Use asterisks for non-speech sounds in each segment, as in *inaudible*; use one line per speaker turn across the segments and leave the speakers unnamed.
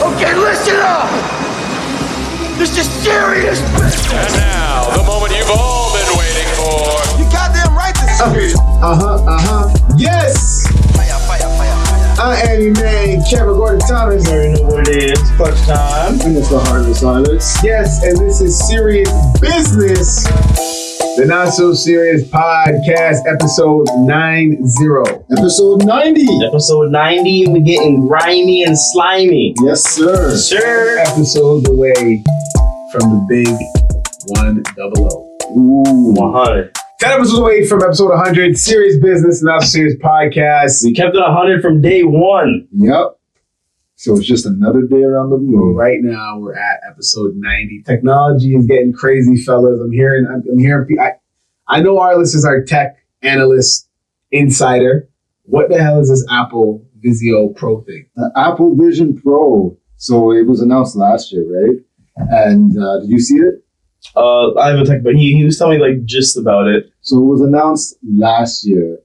Hey, listen up! This is serious business!
And now, the moment you've all been waiting for.
You goddamn right this is serious.
Uh huh, uh huh. Yes!
Fire, fire, fire, fire.
I am your man, Kevin Gordon Thomas.
already know what it is. Clutch time.
And it's the Heart of Silence. Yes, and this is Serious Business, the Not So Serious Podcast, episode 90. Episode 90.
Episode 90, we're getting grimy and slimy.
Yes, sir.
Sure.
Episode away from the big 100. Ooh.
100.
10 episodes away from episode 100, Serious Business, Not So Serious Podcast.
We kept it 100 from day one.
Yep. So it's just another day around the moon. Right now we're at episode 90. Technology is getting crazy, fellas. I'm hearing, I'm, I'm hearing, pe- I, I know our listeners are tech analyst insider. What the hell is this Apple Vizio Pro thing?
the Uh, Apple Vision Pro. So it was announced last year, right? And uh, did you see it?
Uh, I haven't talked, but he, he was telling me like just about it.
So it was announced last year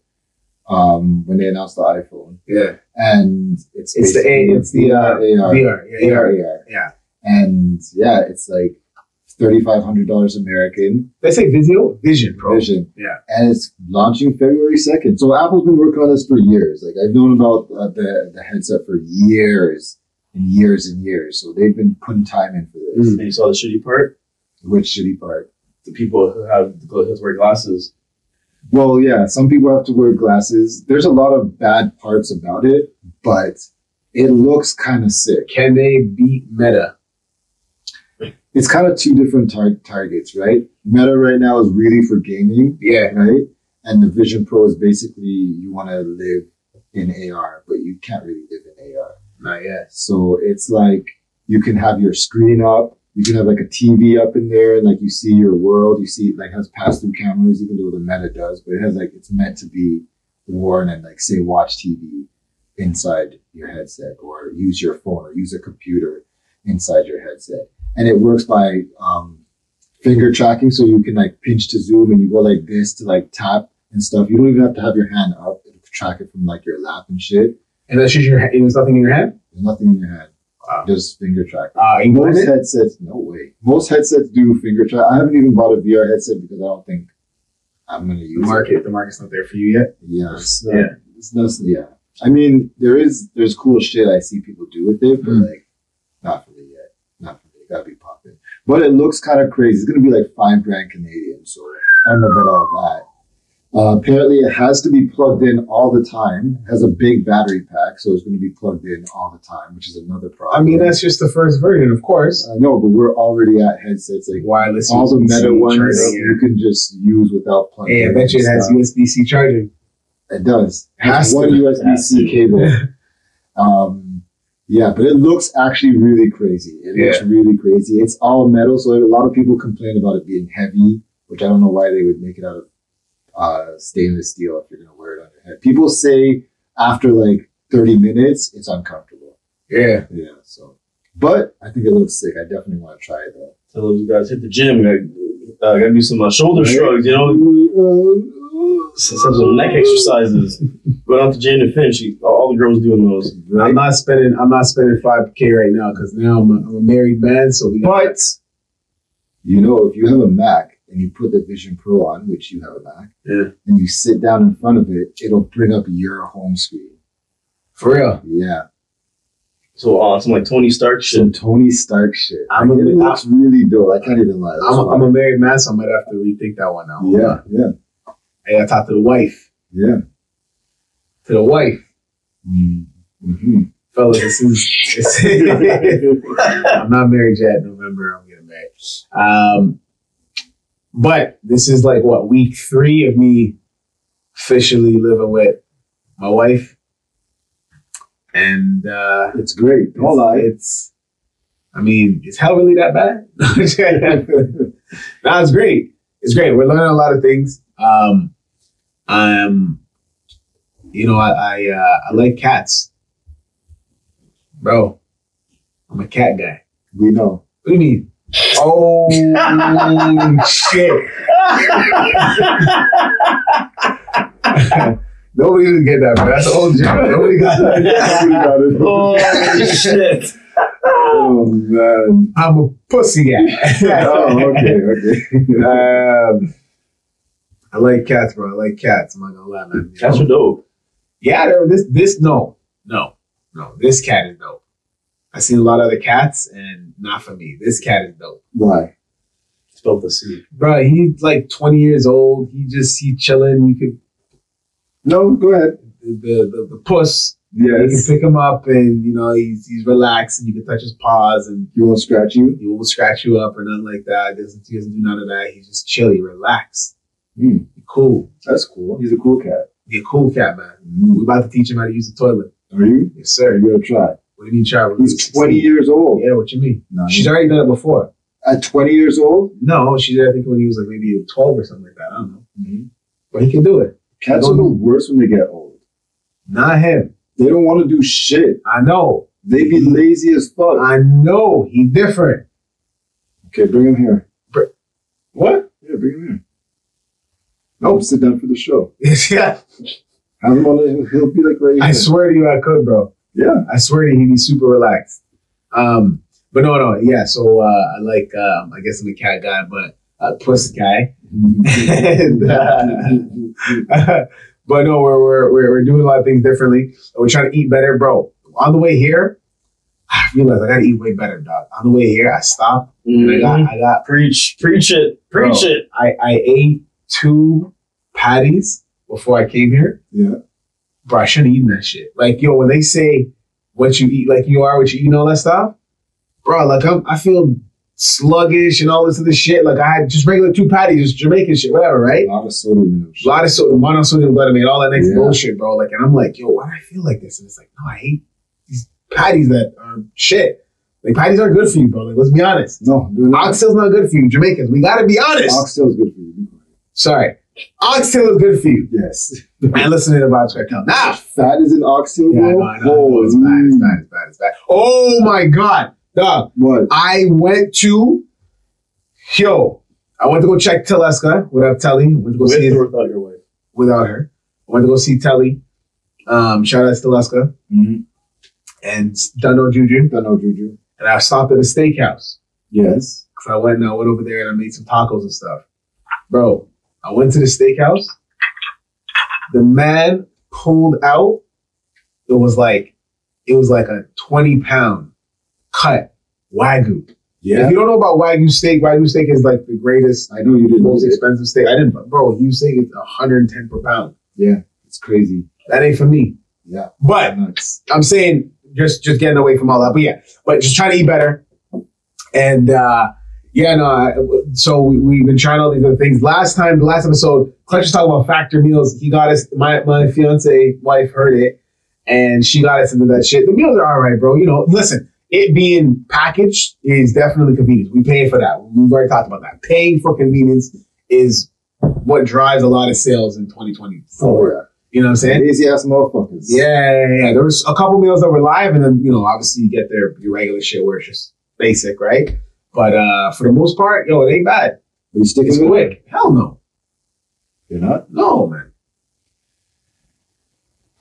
um, when they announced the iPhone,
Yeah.
and it's
It's the A,
basically
it's the uh,
AR,
VR. Yeah,
AR,
AR.
AR.
Yeah.
and yeah, it's like thirty five hundred dollars American
They say Vizio? Vision Pro.
Vision,
Yeah.
and it's launching February second. So Apple's been working on this for years. Like I've known about uh, the the headset for years and years and years. So they've been putting time in for this.
And you saw the shitty part?
Which shitty part?
The people who have the gla- who wear glasses.
Well, yeah, some people have to wear glasses. There's a lot of bad parts about it, but it looks kind of sick.
Can they beat Meta?
It's kind of two different tar- targets, right? Meta right now is really for gaming,
Yeah.
right? And the Vision Pro is basically you want to live in AR, but you can't really live in AR.
Not yet.
So it's like you can have your screen up, you can have like a TV up in there, and like you see your world. You see it like has pass through cameras, even though the Meta does, but it has like it's meant to be worn and like say watch TV inside your headset, or use your phone, or use a computer inside your headset, and it works by um, finger tracking, so you can like pinch to zoom, and you go like this to like tap and stuff. You don't even have to have your hand up; it'll track it from like your lap and shit.
And that's just your hand. There's nothing in your hand?
There's nothing in your hand.
Wow.
Just finger tracking.
Uh, you want
Most
it?
headsets, no way. Most headsets do finger track. I haven't even bought a VR headset because I don't think I'm gonna
The
use it.
market, the market's not there for you yet.
Yeah, it's not,
Yeah.
it's not, yeah. I mean, there is there's cool shit I see people do with it, but
Mm.
like, not for me yet. Not for me. Gotta be popping. But it looks kind of crazy. It's gonna be like five grand Canadian, so I don't know about all that. Uh, apparently, it has to be plugged in all the time. It has a big battery pack, so it's going to be plugged in all the time, which is another
I
problem.
mean, that's just the first version, of course.
I know, but we're already at headsets like
Wireless
all the
USB-C
meta ones
charging, yeah.
you can just use without plugging.
Hey, I
in
bet you it
and
has
stuff.
USB-C charging.
It does. It
Has
has
to.
one USB C
Has to.
cable. um, yeah, but it looks actually really crazy. It looks really crazy. It's all metal, so a lot of people complain about it being heavy, which I don't know why they would make it out of uh, stainless steel if you're going to wear it on your head. People say after like 30 minutes, it's uncomfortable.
Yeah.
Yeah, so. But I think it looks sick. I definitely want to try it though.
Tell those guys, hit the gym. Gotta, uh, gotta do some uh, shoulder
Right.
shrugs, you know? Some, some neck *laughs* exercises. Going out the gym to finish. you- All the girls doing those.
I'm not spending. I'm not spending five k right now because now I'm a, I'm a married man. So we. But
You know, if you have a Mac and you put the Vision Pro on, which you have a Mac,
Yeah.
and you sit down in front of it, it'll bring up your home screen.
for real,
Yeah,
So, uh, some like Tony Stark shit.
some Tony Stark shit.
I'm
Like,
a-
it looks really dope. I can't even lie. It
I'm a,
looks
I'm a married man, so I might have to rethink that one now.
wild. yeah, yeah,
I gotta talk to the wife.
yeah.
To the wife, *laughs*
Mm-hmm.
fellas. This is. this- *laughs* I'm not married yet. November, I'm getting married. Um, but this is like what week three of me officially living with my wife, and. uh
It's great. Don't
It's-
lie.
It's, I mean, is hell really that bad? *laughs* no, it's great. It's great. We're learning a lot of things. Um, um, you know, I I, uh, I like cats, bro. I'm a cat guy.
We know.
What do you mean?
*laughs*
Oh shit! *laughs* Nobody even get *laughs* Oh, that,
*laughs*
bro. That's an old joke. Nobody got that.
We got it.
oh, shit.
Oh man, I'm a pussy. ass.
*laughs* oh, okay, okay. *laughs*
Um, I like cats, bro. I like cats. I'm not gonna lie, man.
Cats are dope.
yeah, they're- this this no, no, no. This cat is dope. I've seen a lot of other cats, and not for me. This cat is dope,
Why?
Spelled the C.
bro. He's like 20 years old. He just he chilling. You could
No, go ahead.
the the, the puss. You *laughs*
Yes.
can pick him up, and you know he's he's relaxed, and you can touch his paws, and
You won't scratch you?
he won't scratch you up or nothing like that. He doesn't he doesn't do none of that. He's just chilly, relaxed,
Hmm.
cool.
That's cool. He's a cool cat.
Be a cool cat, man.
Mm.
We're about to teach him how to use the toilet.
Are you?
Yes, sir.
You gotta try.
What do you mean, child?
He's 20 years old.
Yeah, what you mean?
No,
She's already done it before.
At 20 years old?
No, she did. I think when he was like maybe twelve or something like that. I don't know,
Mhm.
but he can do it.
Cats are the worst when they get old.
Not him.
They don't want to do shit.
I know.
They be lazy as fuck.
Mm-hmm. I know. He different. *laughs*
Okay, bring him here.
What?
Yeah, bring him here. No, sit down for the show.
yeah.
Have him on the, he'll be like right here.
I swear to you, I could, bro. *laughs*
Yeah.
I swear to you, he'd be super relaxed. Um, but no, no, yeah. So uh, I like. Um, I guess I'm a cat guy, but uh, puss guy. And, uh, *laughs* but no, we're, we're we're we're doing a lot of things differently. We're trying to eat better, bro. On the way here, I realized I gotta eat way better, dog. On the way here, I stopped and I got I got
Preach, preach it, preach
Bro.
it.
I, I ate two patties before I came here.
Yeah.
Bro, I shouldn't have eaten that shit. Like, yo, when they say what you eat, like you are what you eat and all that stuff, bro, like I'm I feel sluggish and all this other shit. Like I had just regular two patties, just Jamaican shit, whatever, right?
A lot of soda in them.
a lot of soda, monosodium glutamate, all that next
Yeah.
bullshit, bro. Like, and I'm like, yo, why do I feel like this? And it's like, no, I hate these patties that are shit. Like, patties aren't good for you, bro. Like, let's be honest.
No, they're not.
Oxtail's not good for you, Jamaicans. We gotta be honest.
Oxtail's good for you.
Sorry. Oxtail is good for you.
Yes.
Man, listen to the vibes right now. Nah.
Fat is an oxtail,
Ah. Yeah, I
bro?
know, I know. It's bad, it's bad, it's bad, it's bad. Oh my god. Dog.
What?
I went to yo. I went to go check Teleska without Telly. Went to go see
With
his-
or without your wife.
without her. I went to go see Telly. Um, shout out to Teleska and Duno Juju.
Don't know Juju.
And I stopped at a steakhouse.
Yes.
Cause I went and I went over there and I made some tacos and stuff. Bro, I went to the steakhouse. The man pulled out. It was like, it was like a 20 pound cut wagyu. If
Yeah.
you don't know about wagyu steak, wagyu steak is like the greatest,
I know you didn't.
most
eat it.
expensive steak. I didn't, bro, you say it's 110 per pound.
It's crazy.
That ain't for me.
Yeah.
But
Nuts.
I'm saying just just getting away from all that. But yeah, but just trying to eat better. And uh yeah, no. I, so we, we've been trying all these other things. Last time, the last episode, Clutch was talking about factor meals. He got us. My my fiance wife heard it, and she got us into that shit. The meals are all right, bro. You know, listen. It being packaged is definitely convenience. We pay for that. We've already talked about that. Paying for convenience is what drives a lot of sales in 2024.
Oh,
You know what I'm
yeah.
saying?
Lazy ass motherfuckers.
Yeah, yeah, yeah. There was a couple meals that were live, and then you know, obviously you get their your regular shit where it's just basic, right? But uh for the most part, yo, it ain't bad.
Are you sticking
It's
with it?
quick. Hell no,
You're not?
no man,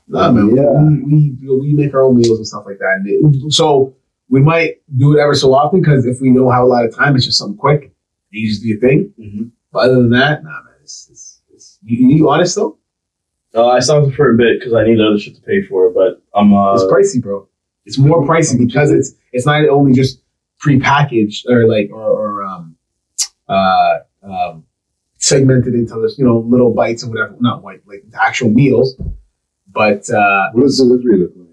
no man.
Yeah.
We, we we make our own meals and stuff like that. And it- so we might do it ever so often because if we don't have a lot of time, it's just something quick. and You just do your thing.
Mhm.
But other than that, nah, man. It's, it's, it's, you, you honest though?
Uh, I stopped for a bit because I needed other shit to pay for, but I'm uh,
It's pricey, bro. It's more pricey because it's it's not only just prepackaged or like or, or um uh um segmented into this, you know, little bites and whatever. Not like like actual meals, but uh,
What does delivery look like?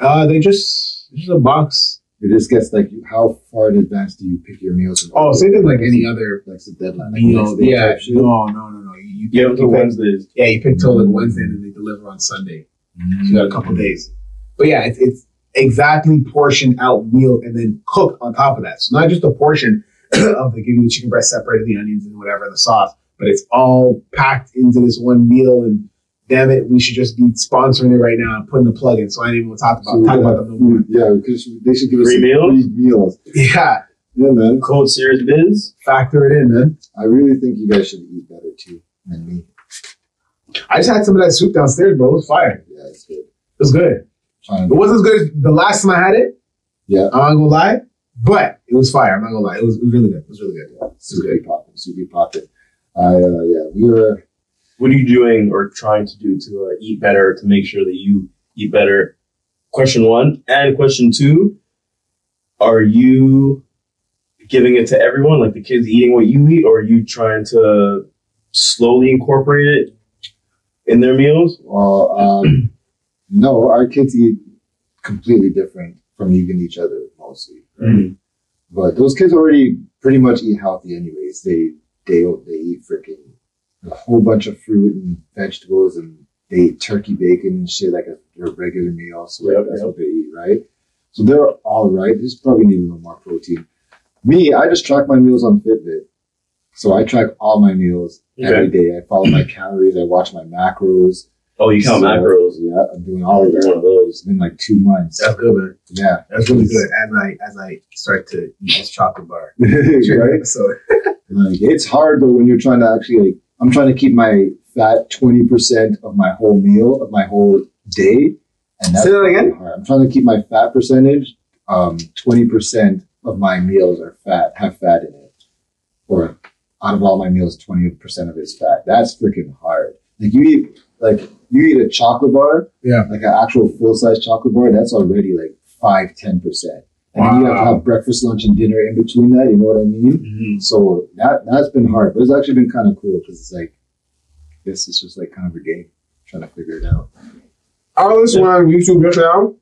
uh they just it's just a box.
It just gets like, you- how far in advance do you pick your meals? and
Oh,
order?
same thing like any other
Like the deadline. Like
meal.
next day
Yeah,
type shit?
no, no, no, no. You, you
yeah, it was
you
on
pick-
Wednesdays.
Yeah, you pick till like Wednesday and then they deliver on Sunday. So Mm-hmm. you got a
Mm-hmm.
couple days. But yeah, it's, it's exactly portioned out meal and then cooked on top of that. So not just a portion *clears throat* of they give you the chicken breast separated, the onions and whatever, the sauce, but it's all packed into this one meal. And damn it, we should just be sponsoring it right now and putting the plug in. So I ain't even talk about
So we
talk
got
about them no more.
food. Yeah, because they should give us
Free
some
meals?
free meals.
Yeah,
Yeah, man.
Cold serious biz.
factor it in, man.
I really think you guys should eat better too than me.
I just had some of that soup downstairs, bro. It was fire.
Yeah, it's good.
It was good.
Fine.
It wasn't as good as the last time I had it,
Yeah.
I'm not gonna lie, but it was fire. I'm not gonna lie. It was, it was really good. It was really good.
Super popping, super popping. I uh, yeah, we were
What are you doing or trying to do to uh, eat better to make sure that you eat better? Question one and question two: Are you giving it to everyone, like the kids eating what you eat, or are you trying to slowly incorporate it in their meals?
well. Um, *clears throat* no, our kids eat completely different from even each other mostly.
Mm.
But those kids already pretty much eat healthy anyways. They they they eat freaking a whole bunch of fruit and vegetables and they eat turkey bacon and shit like a, their regular meal. So like,
Yep,
that's
yep.
what they eat, right? So they're all right. They just probably need a little more protein. Me, I just track my meals on Fitbit. So I track all my meals every day. I follow my calories. I watch my macros.
Oh, you count
So,
macros.
Yeah, I'm doing all of
One
that.
of those.
It's been like two months.
That's good, man.
Yeah.
That's really good. As I as I start to eat this chocolate bar. *laughs*
*laughs* right?
So
Like it's hard, but when you're trying to actually like, I'm trying to keep my fat twenty percent of my whole meal of my whole day, and that's
Say that again?
really hard. I'm trying to keep my fat percentage, um, twenty percent of my meals are fat, have fat in it, or out of all my meals, twenty percent of it is fat. That's freaking hard. Like you eat, like you eat a chocolate bar,
Yeah.
like an actual full size chocolate bar. That's already like five, ten percent. And then you have to
Wow.
have breakfast, lunch, and dinner in between that. You know what I mean?
Mm-hmm.
So that that's been hard, but it's actually been kind of cool because it's like this is just like kind of a game, trying to figure it out.
Arliss went on YouTube just now.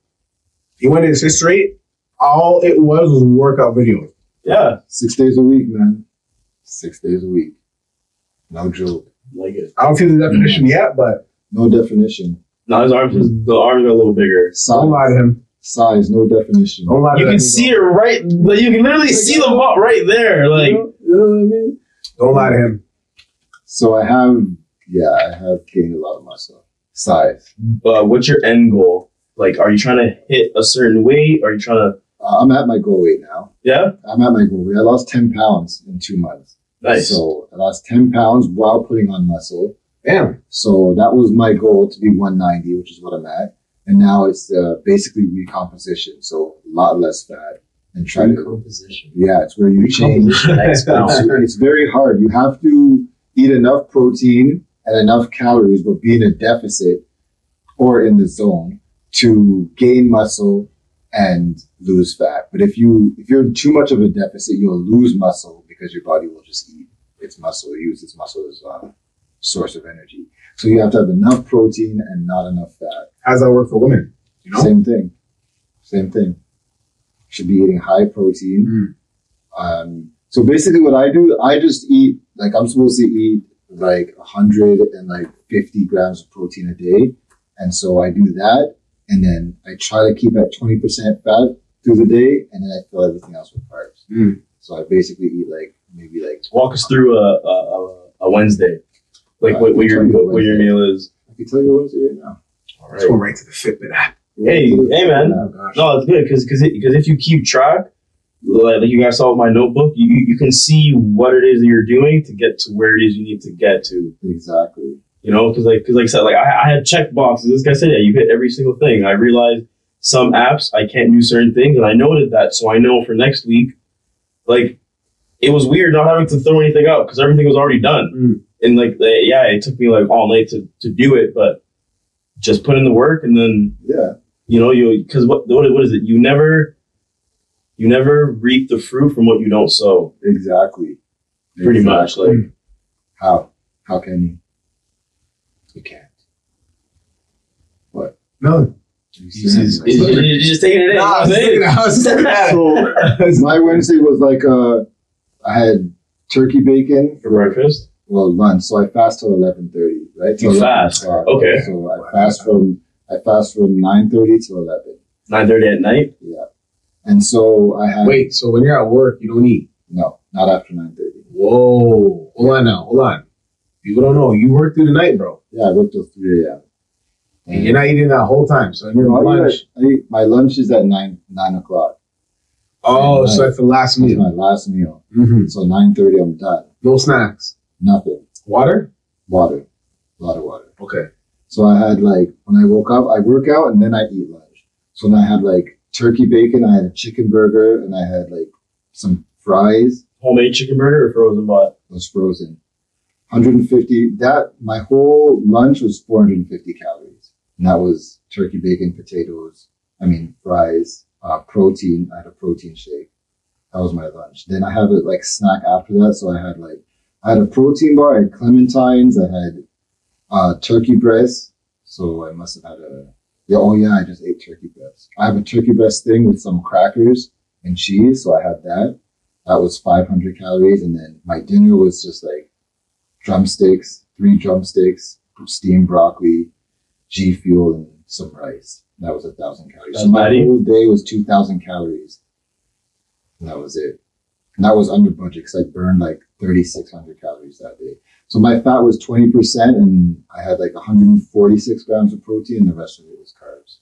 He went in his history. All it was was workout videos.
Yeah,
Six days a week, man. Six days a week. No joke.
like it.
I don't see the definition yet, but
No definition.
No, his arms, his, the arms are a little bigger.
don't lie to
Size.
him.
Size. No definition.
Don't lie to
You
him.
can see it right. Like you can literally see the butt right there. Like
you know, you know what I mean?
Don't lie to him.
So I have, yeah, I have gained a lot of muscle. Size.
uh, what's your end goal? Like, are you trying to hit a certain weight? Are you trying to?
Uh, I'm at my goal weight now.
Yeah,
I'm at my goal weight. I lost ten pounds in two months.
nice.
So I lost ten pounds while putting on muscle.
Damn.
So that was my goal to be 190, which is what I'm at. And now it's uh, basically recomposition. So a lot less fat and try to,
Composition.
yeah, it's where you change. *laughs*
Next
It's,
pound.
it's very hard. You have to eat enough protein and enough calories, but be in a deficit or in the zone to gain muscle and lose fat. But if you, if you're in too much of a deficit, you'll lose muscle because your body will just eat its muscle, use its muscle as a source of energy. So you have to have enough protein and not enough fat.
How does that work for women? You know?
Same thing. Same thing. Should be eating high protein.
Mm.
Um, so basically, what I do, I just eat like I'm supposed to eat like 100 and like 50 grams of protein a day, and so I do that, and then I try to keep at 20 percent fat through the day, and then I fill everything else with carbs.
Mm.
So I basically eat like maybe like
Walk us through a a, a, a Wednesday. Like
Uh,
what, what your
tell me
what,
what
your
Wednesday.
meal is.
I can tell you what it is right now.
All
Let's go right to the Fitbit app.
Hey, hey, man.
Yeah.
No, it's good because because because if you keep track, like like you guys saw with my notebook, you you can see what it is that you're doing to get to where it is you need to get to.
Exactly.
You know, because like, cause like I said, like I, I had check boxes. This guy said, yeah, you hit every single thing. I realized some apps I can't do certain things, and I noted that, so I know for next week. Like, it was weird not having to throw anything out because everything was already done.
Mm.
And like, they- yeah, it took me like all night to to do it, but just put in the work, and then
Yeah.
you know you because what what what is it? You never. You never reap the fruit from what you don't sow.
Exactly.
Pretty much,
Exactly.
like
Mm.
How? How can you? You can't.
No.
you just, you
Anyway.
you just taking it in.
Nah, I was
you know what I'm saying?
looking at- I
*laughs*
was looking at it.
So my Wednesday was like uh, I had turkey bacon
for breakfast.
well lunch, so I fast till eleven thirty, right? Till
You
11
fast.
o'clock.
Okay.
So I fast from I fast from nine thirty to eleven,
Nine thirty at night.
and so I had
Wait, so when you're at work, you don't eat.
no, not after nine thirty.
Whoa. Hold on now. Hold on. People don't know. You work through the night, bro.
Yeah, I worked till three a.m.
And you're not eating that whole time. So in your
No, I eat
lunch.
at- I eat- my lunch is at nine nine o'clock.
Oh,
Right.
so that's the last
That's
meal.
my last meal.
hmm
So nine thirty, I'm done.
No snacks.
Nothing.
Water?
Water. A lot of water.
Okay.
So I had like when I woke up, I work out and then I eat lunch. So then I had like turkey bacon. I had a chicken burger, and I had like some fries.
Homemade chicken burger or frozen bought?
It was frozen. 150. That my whole lunch was 450 calories, and that was turkey bacon, potatoes. I mean fries, uh, protein. I had a protein shake. That was my lunch. Then I had a like snack after that, so I had like I had a protein bar. I had clementines. I had uh, turkey breast. So I must have had a yeah. Oh yeah, I just ate turkey breast. I have a turkey breast thing with some crackers and cheese. So I had that. That was 500 calories, and then my dinner was just like drumsticks, three drumsticks, steamed broccoli, G fuel, and some rice. That was a thousand calories.
That's
so my
mighty.
whole day was 2,000 calories. And that was it. And that was under budget because I burned like 3,600 calories that day. So my fat was 20% and I had like 146 grams of protein and the rest of it was carbs.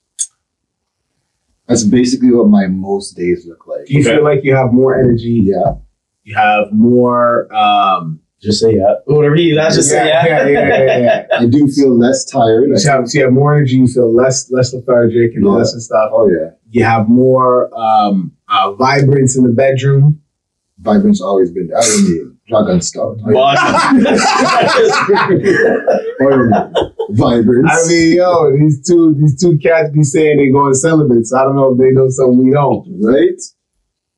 That's basically what my most days look like.
Do you
Okay.
feel like you have more energy?
Yeah.
You have more. Um,
Just say yeah. Whatever he that's just say yeah.
yeah, yeah, yeah, yeah,
*laughs*
yeah.
I do feel less tired.
You
I-
have, so you have more energy. You feel less less lethargic and all
Yeah.
this and stuff.
oh, yeah.
You have more um, uh, vibrance in the bedroom.
Vibrance always been there. I don't need dragon stout.
*laughs*
*laughs* I
Boss.
don't need vibrance.
I mean, yo, these two these two cats be saying they going celibate. So I don't know if they know something we don't.
right?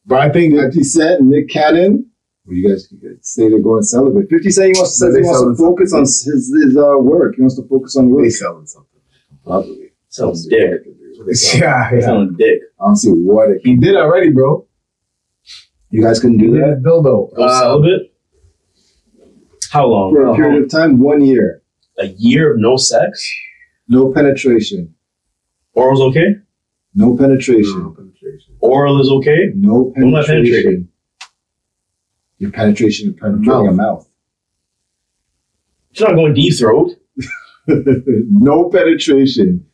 But I think that
50 Cent, Nick Cannon. Well, you guys you guys say they're going celibate. 50 Cent he wants, says
They
he wants
selling
to focus on his, his uh, work. He wants to focus on work.
they selling something.
Probably.
*laughs* Sounds dick.
*laughs* Yeah, yeah.
Sounds dick.
I don't see what it
He did already, bro.
You guys couldn't
He
do
did
that?
a dildo. Uh,
Go celibate? How long?
For
How
a period
long?
of time, one year.
A year of no sex?
No penetration.
Oral's okay?
No
Uh,
penetration.
Oral is okay?
No
Don't let
penetration. Your penetration is penetrating a mouth.
It's not going deep throat.
*laughs* no penetration.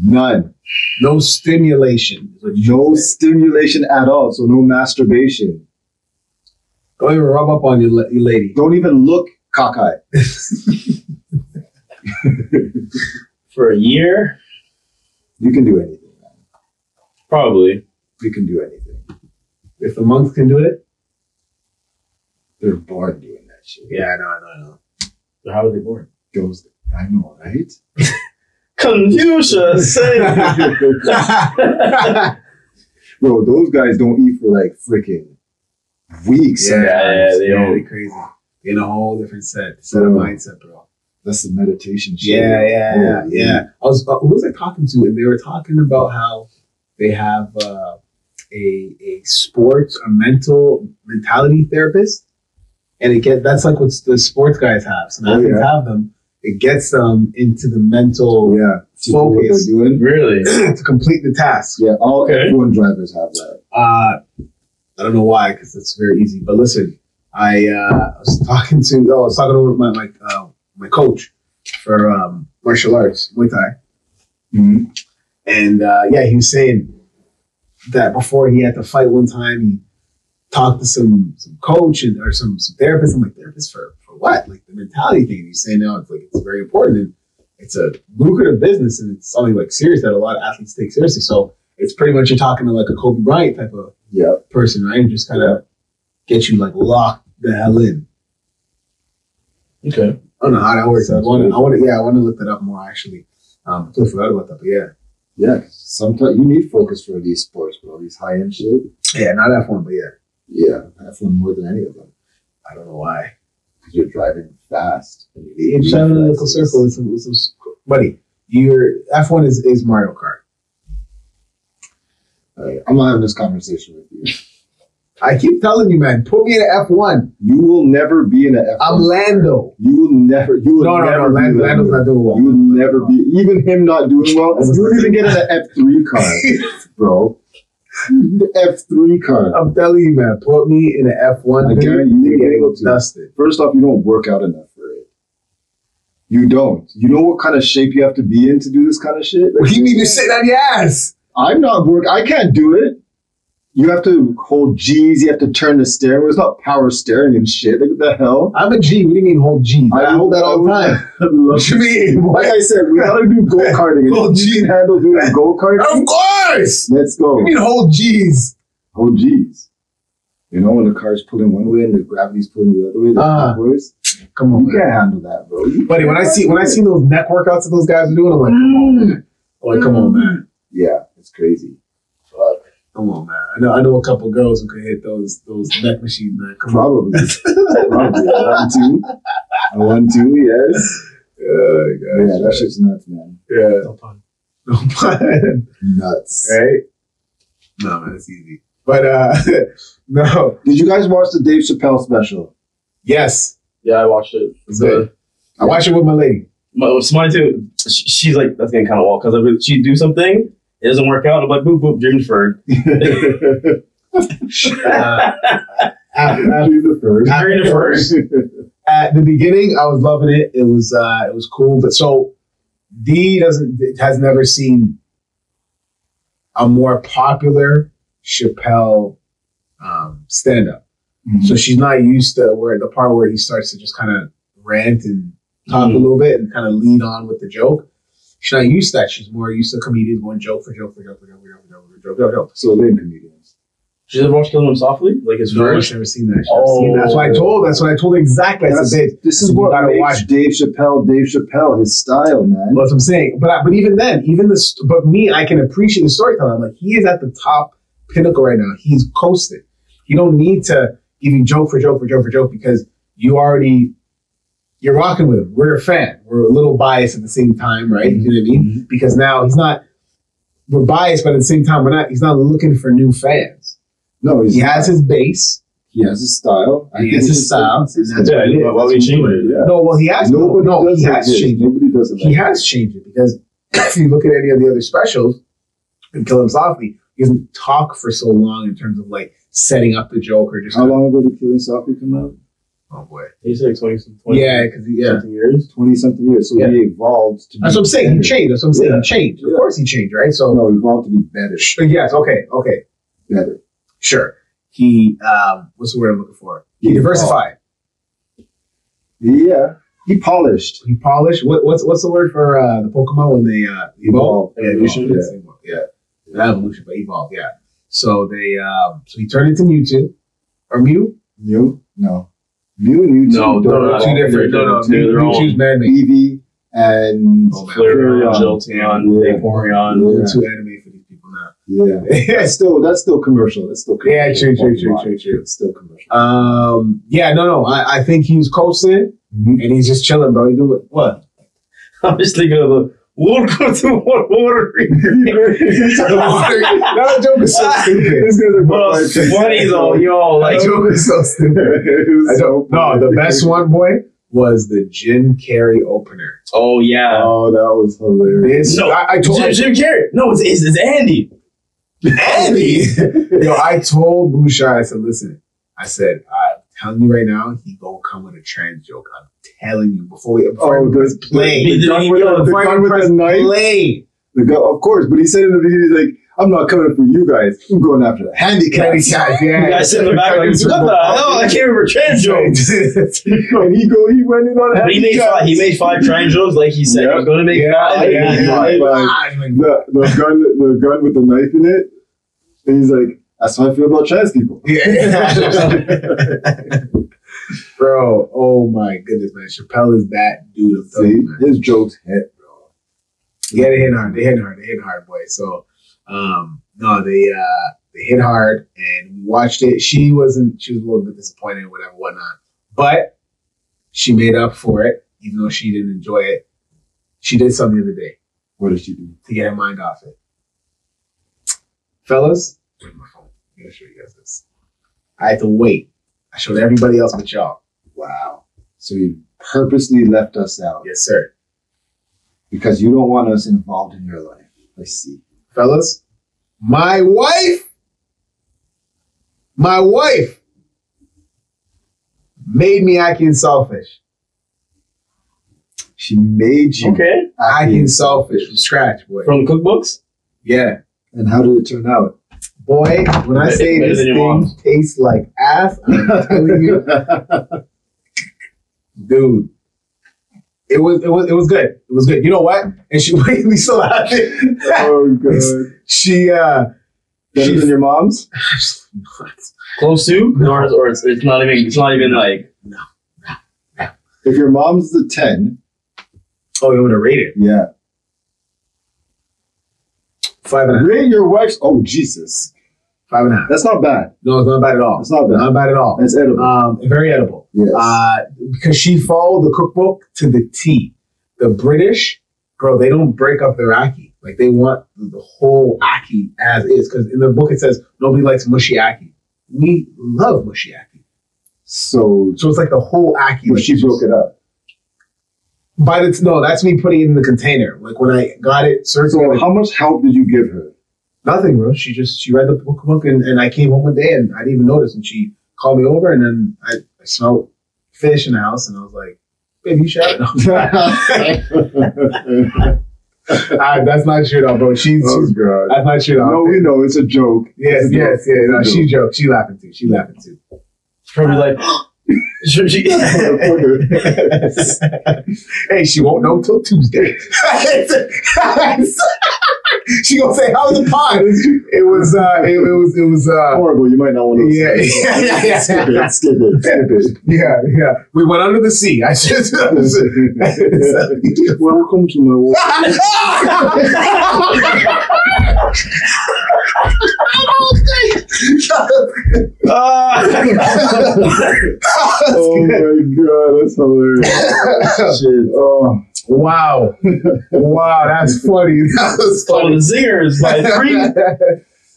None.
no stimulation.
No stimulation at all. So no masturbation.
Don't even rub up on your, la- your lady.
Don't even look cockeyed.
For a year?
You can do anything. man.
Probably.
You can do anything.
If the monks can do it,
They're bored doing that shit.
yeah, I know, I know, I know.
So how are they born?
Goes, I know,
*laughs*
right? *laughs*
Confucius *laughs* say
Bro, those guys don't eat for like freaking weeks.
Yeah,
yeah,
sometimes.
they
yeah,
don't-
they crazy. In a whole different set, set of
Oh.
mindset, bro.
That's the meditation shit.
Yeah, yeah, yeah,
Oh,
yeah. I was uh, who was I talking to, and they were talking about how they have uh, a a sports a mental mentality therapist, and it get that's like what the sports guys have. So
Oh,
athletes
yeah.
have them. It gets them into the mental
Yeah. To do what they're
Focus.
doing.
Really?
*clears throat* to complete the task.
Yeah, all
Okay.
F1 drivers have that.
Uh, I don't know why, because it's very easy. But listen, I uh, was talking to oh, I was talking to my my uh, my coach for um, martial arts Muay Thai. Mm-hmm. And uh, yeah, he was saying that before he had to fight one time, he talked to some some coach and, or some, some therapist. I'm like, therapist for, for what? Like the mentality thing. And he's saying now it's like it's very important and it's a lucrative business and it's something like serious that a lot of athletes take seriously. So it's pretty much you're talking to like a Kobe Bryant type of
Yeah.
person, right? And just kind of get you like locked the hell in.
Okay.
I don't know how that works. I
Sounds
want
good.
to, I want to, yeah, I want to look that up more actually. Um, I totally forgot about that, but yeah,
Yeah, sometimes you need focus for these sports, bro. These high end shit.
yeah, not F one, but yeah,
Yeah, F1 more than any of them.
I don't know why.
Because you're driving fast. And you need
It's driving in a little
reflexes.
circle. It's, it's, it's, buddy, your F one is, is Mario Kart.
Alright, I'm not having this conversation with you.
I keep telling you, man, put me in an F one.
You will never be in a F1.
I'm Lando.
You will never. You will
No, no, no,
never be
Lando,
that
Lando's
good.
not doing well.
You will never be. Even him not
*laughs*
doing well. You won't even get in an F three car, bro. F three car.
I'm telling you, man, put me in an F one.
I guarantee you you're able to.
dusted.
First off, you don't work out enough for it. You don't. You know what kind of shape you have to be in to do this kind of shit.
What do you mean you're sitting on your ass?
I'm not work. I can't do it. You have to hold G's. You have to turn the steering. wheel. It's not power steering and shit. Like, what the hell?
I'm a G. What do you mean hold G?
I
hold
hold
that all the time. *laughs*
Like
What do you mean? *laughs*
I said, we gotta do go karting.
Hold
You
G.
can handle doing go karting.
Of Oh, course. dollars.
Let's go.
You mean whole G's?
Oh, geez. You know, when the car's pulling one way and the gravity's pulling the other way, that's
Ah.
backwards.
Come
You
on, man.
can't handle that, bro. You
buddy. When I
can't
see when I
handle
see
it.
those neck workouts that those guys are doing, I'm like, come on, man. I'm like, come on, man.
Yeah, it's crazy.
Fuck. Come on, man. I know I know a couple girls who could hit those those neck machines, man. Come on.
*laughs* Probably. Probably. I want to. I want to, yes. Oh, Yeah,
Yeah,
that shit's nuts, man.
yeah.
No pun.
Nuts.
right? No, man, it's easy. But uh *laughs* no.
Did you guys watch the Dave Chappelle special?
Yes.
Yeah, I watched it.
It's good. I watch it with my *laughs* lady.
My, so mine too. She, she's like, that's gonna kind of walk because she do something, it doesn't work out. I'm like, boop boop, Grimsford.
Uh, at, at-
the first.
at-
You're the first.
*laughs* at the beginning, I was loving it. It was uh it was cool. But so D doesn't has never seen a more popular Chappelle um stand up.
Mm-hmm.
So she's not used to where the part where he starts to just kind of rant and talk a
Mhm.
little bit and kind of lead on with the joke. She's not used to that. She's more used to comedians going joke for joke for joke for joke for joke for joke for joke for joke. For joke.
So lame comedians.
She's ever watched Killing Them Softly? Like it's
No,
first.
she's never seen that. She's never seen that. That's what I told. That's what I told her exactly. That's,
That's-
it.
Oh. This is
You
what
gotta
makes
watch.
Dave Chappelle Dave Chappelle, his style, man.
That's what I'm saying. But I, but even then, even this. But me, I can appreciate the storytelling. I'm like, he is at the top pinnacle right now. He's coasted. You don't need to give you joke for joke for joke for joke because you already you're rocking with him. We're a fan. We're a little biased at the same time, right? You know what I mean?
Mm-hmm.
Because now he's not. We're biased, but at the same time, we're not. He's not looking for new fans.
No, he's
He has his base.
he has his style.
He
I think
has
he's
his style. and
consistent.
that's
Yeah,
what it
you
is.
know, why we change it?
Yeah.
No, well, he has.
Nobody
no,
does
he
like
has
this.
changed.
Nobody does it.
he has changed it because if you look at any of the other specials and kill him softly, he doesn't talk for so long in terms of like setting up the joke or just
How long ago did Killing Softly come out?
oh boy.
He said like 20, 20
Yeah, because yeah.
something years.
Twenty something years. So
Yeah.
he evolved to.
That's
be
what I'm saying. He
better.
changed. That's what I'm saying.
Yeah.
He changed. Of
Yeah.
course he changed, right? So
No, he evolved to be better.
Sh- yes, okay, okay,
Better.
sure. He um what's the word I'm looking for? He
He
diversified.
Yeah, he polished.
He polished. What, what's what's the word for uh the Pokemon when they uh evolve?
Evolve.
Yeah,
Evolution.
evolve. Yeah. yeah. Not evolution, but evolve, yeah. So they um so he turned into Mewtwo. Or Mew?
Mew? No. Mew and Mewtwo.
No,
don't
no, no,
evolve.
two different.
They're-
No, no,
they're-
you,
they're
you
all-
choose man made.
Eevee and
Oh, man.
Flareon,
Flareon.
Jolteon,
Yeah.
Vaporeon.
They're too anime for these people now. *laughs*
Yeah. That's still that's still commercial. That's still commercial.
Oh. Yeah, true, true, true,
Pokemon.
true, true.
It's still commercial. *laughs*
um, yeah, no, no. I, I think he's coasting
Mhm.
and he's just chilling, bro. He do it. What?
*laughs*
*laughs*
I'm just thinking of the *laughs* welcome to water.
*laughs* The water- that joke is so *laughs* stupid.
This guy's like, *laughs* bro, it's
*laughs*
funny though, yo. Like,
That joke is so stupid. I don't- No, the best one, boy, was the Jim Carrey opener.
oh yeah.
Oh, that was hilarious.
It's,
No,
I,
Uh,
I told
Jim, Jim Carrey. No, it's, it's, it's Andy.
Andy. Yo, I told Bouchard, I said, listen, I said, I'm telling you right now, he gonna come with a trans joke. I'm telling you before we before
*laughs* Oh,
we
the
play.
The gun with the, the gun with the knife.
play.
The gun, of course, but he said in the video, he's like, "I'm not coming for you guys. I'm going after the handicaps."
Handicap, yeah.
You guys sit in the back like, what the hell? I can't remember trans jokes.
*laughs*
*laughs* and he go, he went in on
But he made
handicaps.
five, he made five trans jokes, like he said he was gonna make five. and he
yeah,
made
yeah.
five.
the, the gun, the gun with the knife in it, and he's like, "That's how I feel about trans people."
Yeah. *laughs* Bro, oh my goodness, man. Chappelle is that dude of
See,
man.
his jokes hit.
Yeah, they hit hard. They hit hard. They hit hard, boy. So, um, no, they uh, they hit hard, and we watched it. She wasn't. She was a little bit disappointed, whatever, whatnot. But she made up for it, even though she didn't enjoy it. She did something the other day
What did she do?
to get her mind off it. Fellas, where's my phone? I'm gonna show you guys this. I had to wait. I showed everybody else but y'all.
Wow. So he purposely left us out
Yes, sir.
because you don't want us involved in your life. I see.
fellas, my wife, my wife made me acting selfish.
She made you.
Okay.
Acting selfish from scratch, boy.
From cookbooks?
Yeah.
And how did it turn *laughs* out?
Boy, when I
Better-
say
better
this
than your
thing
mom's.
tastes like
*laughs*
ass, I'm telling you, dude, It was it was it was good. It was good. You know what? And she *laughs* made me so happy. *laughs*
*laughs* Oh
she uh *sighs*
Better
She's-
than your mom's?
Close to? Or, it's- or it's, it's not even it's not even like
If your mom's the ten,
Oh, you want to rate it?
yeah.
Five and a half.
Rate your wife's. Oh Jesus,
Five and a half.
that's not bad.
No, it's not bad at all.
That's not bad.
Not bad at all.
That's edible.
Um, very edible.
yes.
uh, because she followed the cookbook to the T. The British, bro, they don't break up their ackee. Like they want the whole ackee as is. Because in the book it says nobody likes mushy ackee. We love mushy ackee.
so,
So it's like the whole ackee.
but she broke it up.
But it's no, that's me putting it in the container. Like when I got it circulated,
So, how much help did you give *laughs* her?
nothing, bro. She just she read the cookbook and, and I came home one day and I didn't even notice. And she called me over and then I, I smelled fish in the house and I was like, babe, *laughs* you should have it.
Oh,
Ah, that's not true though, bro. She's,
oh
she's
God.
that's not true though.
No, we know it's a *laughs* joke.
yes,
it's a
yes,
joke.
yeah. No,
It's a
she joked. She laughing too. She laughing too.
probably like *gasps* should *laughs*
*laughs*
she
hey, she won't know till
*laughs*
Tuesday. she gonna say, "How was the pod?" It was. Uh, it, it was. It was. Uh,
Horrible. You might not want to.
yeah, yeah, yeah, yeah.
Skip it. Skip it. Skip
yeah, yeah. We went under the sea. I should. *laughs*
*laughs* it. Welcome to my world. Ah. Oh my God, that's
*laughs*
hilarious. Shit.
*laughs*
Oh,
wow, wow, that's funny. *laughs* That was
Oh,
funny.
the zingers by three?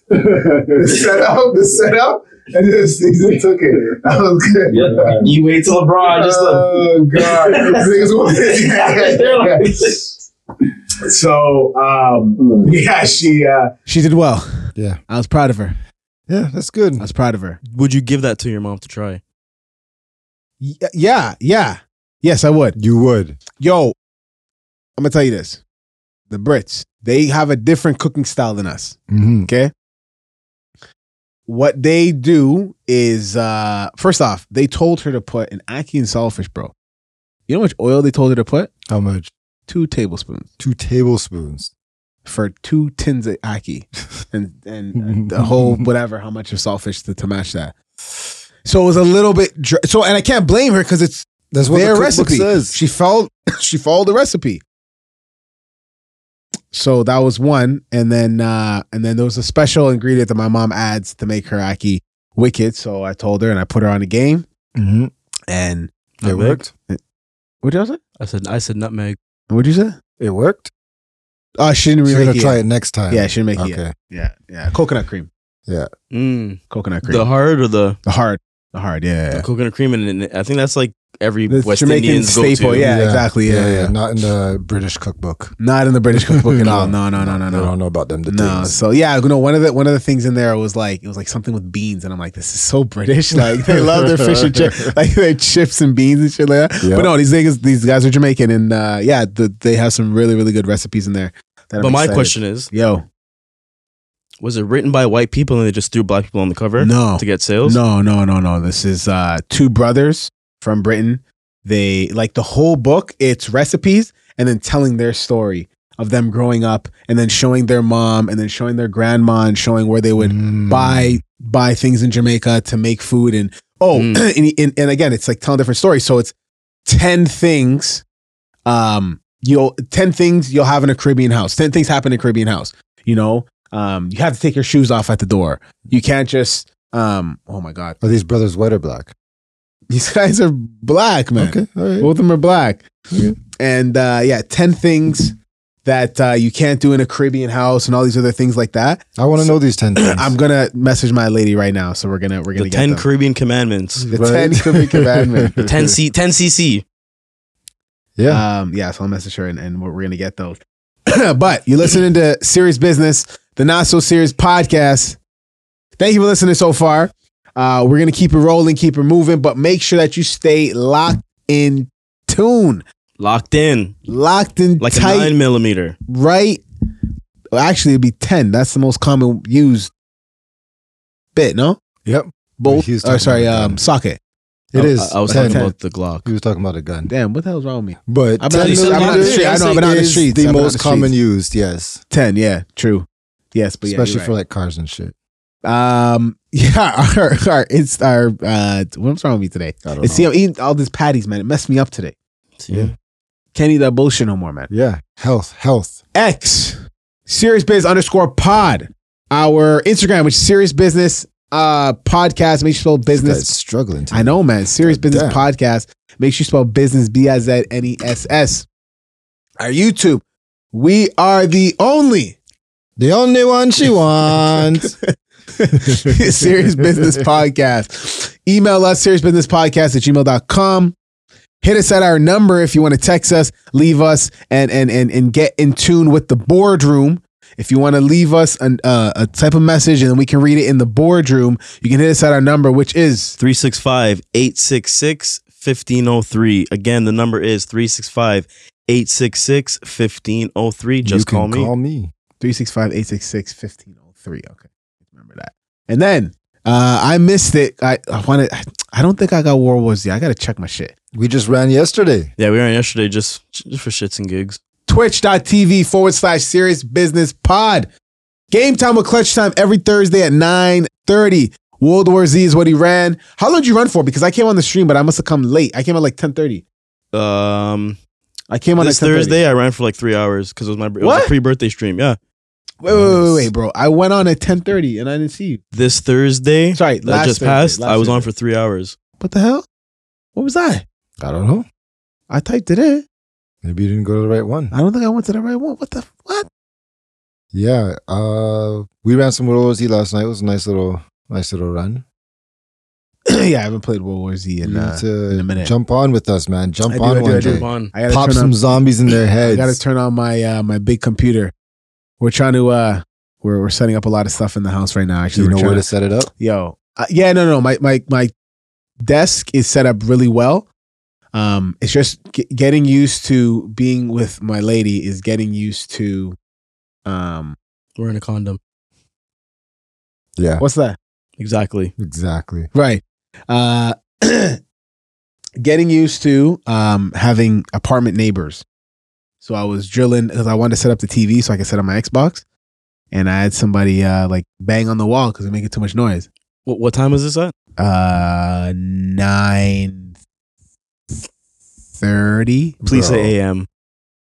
the setup, the setup, and then Caesar took it. That was good.
Yeah. You wait till LeBron just to,
oh
*laughs*
god, Niggas
Uh, *laughs* they're
want-
like
so um,
*laughs*
yeah, she uh,
She did well.
Yeah.
I was proud of her.
Yeah, that's good.
I was proud of her.
Would you give that to your mom to try?
Y- yeah, yeah. Yes, I would.
You would.
Yo, I'm going to tell you this. The Brits, they have a different cooking style than us.
Mm-hmm.
Okay. What they do is, uh first off, they told her to put an ackee and saltfish, bro. You know how much oil they told her to put?
How much?
Two tablespoons
Two tablespoons.
for two tins of ackee and, and the whole whatever, how much of saltfish to, to match that. So it was a little bit, dry. so, and I can't blame her because it's,
That's what
their
the cookbook
recipe.
says.
She followed *coughs* she followed the recipe. So that was one, and then uh, and then there was a special ingredient that my mom adds to make her aki wicked. So I told her, and I put her on the game,
Mm-hmm.
and
It worked.
what did I say?
I said I said nutmeg.
What'd you say?
It worked.
Oh, she didn't
She's
really
gonna
make it.
try
Yet.
it next time.
Yeah, she didn't make it. Yet.
Okay.
Yeah, yeah. Coconut cream,
Mm.
coconut cream,
The hard or the,
the hard, the hard. Yeah,
the
yeah.
coconut cream and, and I think that's like every
The
West
Jamaican
Indian's go
staple,
to.
yeah. exactly, yeah, yeah.
Not in the British cookbook.
not in the British cookbook at all. No, no, no, no,
I
no.
don't know about them. The
no,
things.
so yeah, you know, one of the one of the things in there was like it was like something with beans, and I'm like, this is so British. Like they love their fish and chips, like their chips and beans and shit like that.
Yeah.
But no, these niggas, these guys are Jamaican, and uh, yeah, the, they have some really really good recipes in there. that I'm
But my
excited-
question is,
yo,
was it written by white people and they just threw black people on the cover
no,
to get sales?
no, no, no, no. This is uh, two brothers from Britain. They like the whole book. It's recipes and then telling their story of them growing up, and then showing their mom, and then showing their grandma, and showing where they would
Mm.
buy buy things in Jamaica to make food and oh *clears throat*
Mm.
and, and, and again it's like telling different stories so it's 10 things um you'll 10 things you'll have in a Caribbean house 10 things happen in a Caribbean house you know um you have to take your shoes off at the door you can't just um oh my god
Are these brothers white or black?
these *laughs* guys are black man
Okay. All right.
both of them are black
Okay.
and uh yeah 10 things that uh, you can't do in a Caribbean house and all these other things like that.
I want to know
*clears throat*
these ten things.
I'm gonna message my lady right now, so we're gonna we're gonna
The
get
ten
them.
Caribbean commandments.
The
Right.
10
*laughs*
Kirby Commandment.
The ten C ten CC.
yeah.
Um, yeah, so I'll message her and, and we're, we're going to get those. *clears throat* but you're listening to Serious Business, the Not So Serious podcast. Thank you for listening so far. Uh, we're going to keep it rolling, keep it moving, but make sure that you stay locked in tune,
Locked in.
locked in
Like a
tight,
nine millimeter.
right? Well, actually, it'd be 10. That's the most common used bit, no?
Yep.
Bolt,
He was
or
talking
sorry,
about
um,
that.
socket.
It
I-
is.
I, I was
10.
talking about the Glock.
He was talking about a gun.
Damn, what the hell's wrong with me?
But
I've been on
10
the-
is-
I've been on the street. I know, I've been on the
is
streets.
The
I've been on
most
the
common
streets.
used, yes.
Ten, yeah, true. Yes, but yeah,
Especially
you're
for
right.
like cars and shit.
um, *laughs* yeah, our our it's our uh, what's wrong with me today?
I don't
It's see,
know.
I'm eating all these patties, man. It messed me up today.
Yeah.
Can't eat that bullshit no more, man.
Yeah. Health, health.
X Serious Biz underscore pod. Our Instagram, which is Serious Business uh podcast. Make sure you spell
That's
business.
struggling.
I know, man. Serious
God
Business
damn.
Podcast. Make sure you spell business B I Z N E S S. Our YouTube. We are the only
The only one she wants.
*laughs* Serious Business Podcast. Email us, seriousbusinesspodcast at gmail.com. Hit us at our number if you want to text us, leave us, and and and, and get in tune with the boardroom. If you want to leave us an, uh, a type of message and then we can read it in the boardroom, you can hit us at our number, which is
365 866 1503. Again, the number is 365 866 1503.
you
Just
can
call me.
Call me.
365 866 1503. Okay. Remember that. And then uh, I missed it. I, I wanted, I don't think I got World War Z. I got to check my shit.
We just ran yesterday.
Yeah, we were on yesterday just, just for shits and gigs.
twitch.tv forward slash serious business pod. Game time with clutch time every Thursday at 9.30. World War Z is what he ran. How long did you run for? Because I came on the stream, but I must have come late. I came on like 10.30.
Um,
I came on
this
at 10:30.
Thursday, I ran for like three hours because it was my it was
What?
a pre birthday stream. Yeah,
Wait, wait, wait, wait, wait, bro. I went on at 10.30 and I didn't see you.
this Thursday
Sorry, last
that just
Thursday,
passed,
last
I was on
Thursday.
for three hours.
What the hell? What was that?
I don't know.
I typed it in.
Maybe you didn't go to the right one.
I don't think I went to the right one. What the, what? *clears throat*
Yeah. Uh, we ran some World War Z last night. It was a nice little, nice little run.
yeah, I haven't played World War Z in,
you
uh,
need to
in a minute.
jump on with us, man. Jump
I do,
on
I do,
one
I do.
day.
Come on.
I gotta
Pop
turn
some
on-
zombies in their
*clears throat* I
heads.
gotta turn on my uh, my big computer. We're trying to uh we're we're setting up a lot of stuff in the house right now.
Do
Actually,
you
We're
know
trying
where to set it up?
yo uh, yeah no no my my my desk is set up really well. Um, it's just g- getting used to being with my lady is getting used to um
We're in a condom.
Yeah,
what's that
Exactly.
exactly.
*laughs* right uh *clears throat* getting used to um having apartment neighbors. So I was drilling because I wanted to set up the TV so I could set up my Xbox. And I had somebody uh, like bang on the wall because they're making too much noise.
What, what time is this at?
Uh, nine thirty
Please
Bro.
say a.m.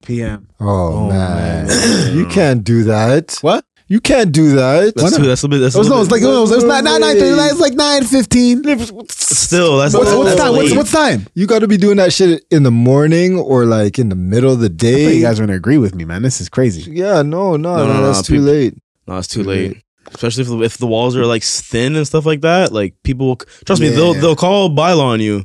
p.m.
Oh, man,
man.
you can't do that.
What?
You can't do that.
That's too, that's a bit. That's
Oh,
It was
a
no,
little
it's like
bit-
*laughs* it was, it was not nine nine thirty. It's like nine fifteen. What's,
still. That's
What's-
that's
what's
that's
time? What's,
late.
what's time?
You got to be doing that shit in the morning or like in the middle of the
I thought
day.
you guys were gonna agree with me, man. This is crazy.
yeah, no, no,
No,
no,
no, no,
that's too
people-
*laughs*
late.
No, it's too late. Especially if the, if the walls are like thin and stuff like that. Like people will trust me. They'll
Yeah.
they'll call bylaw on you.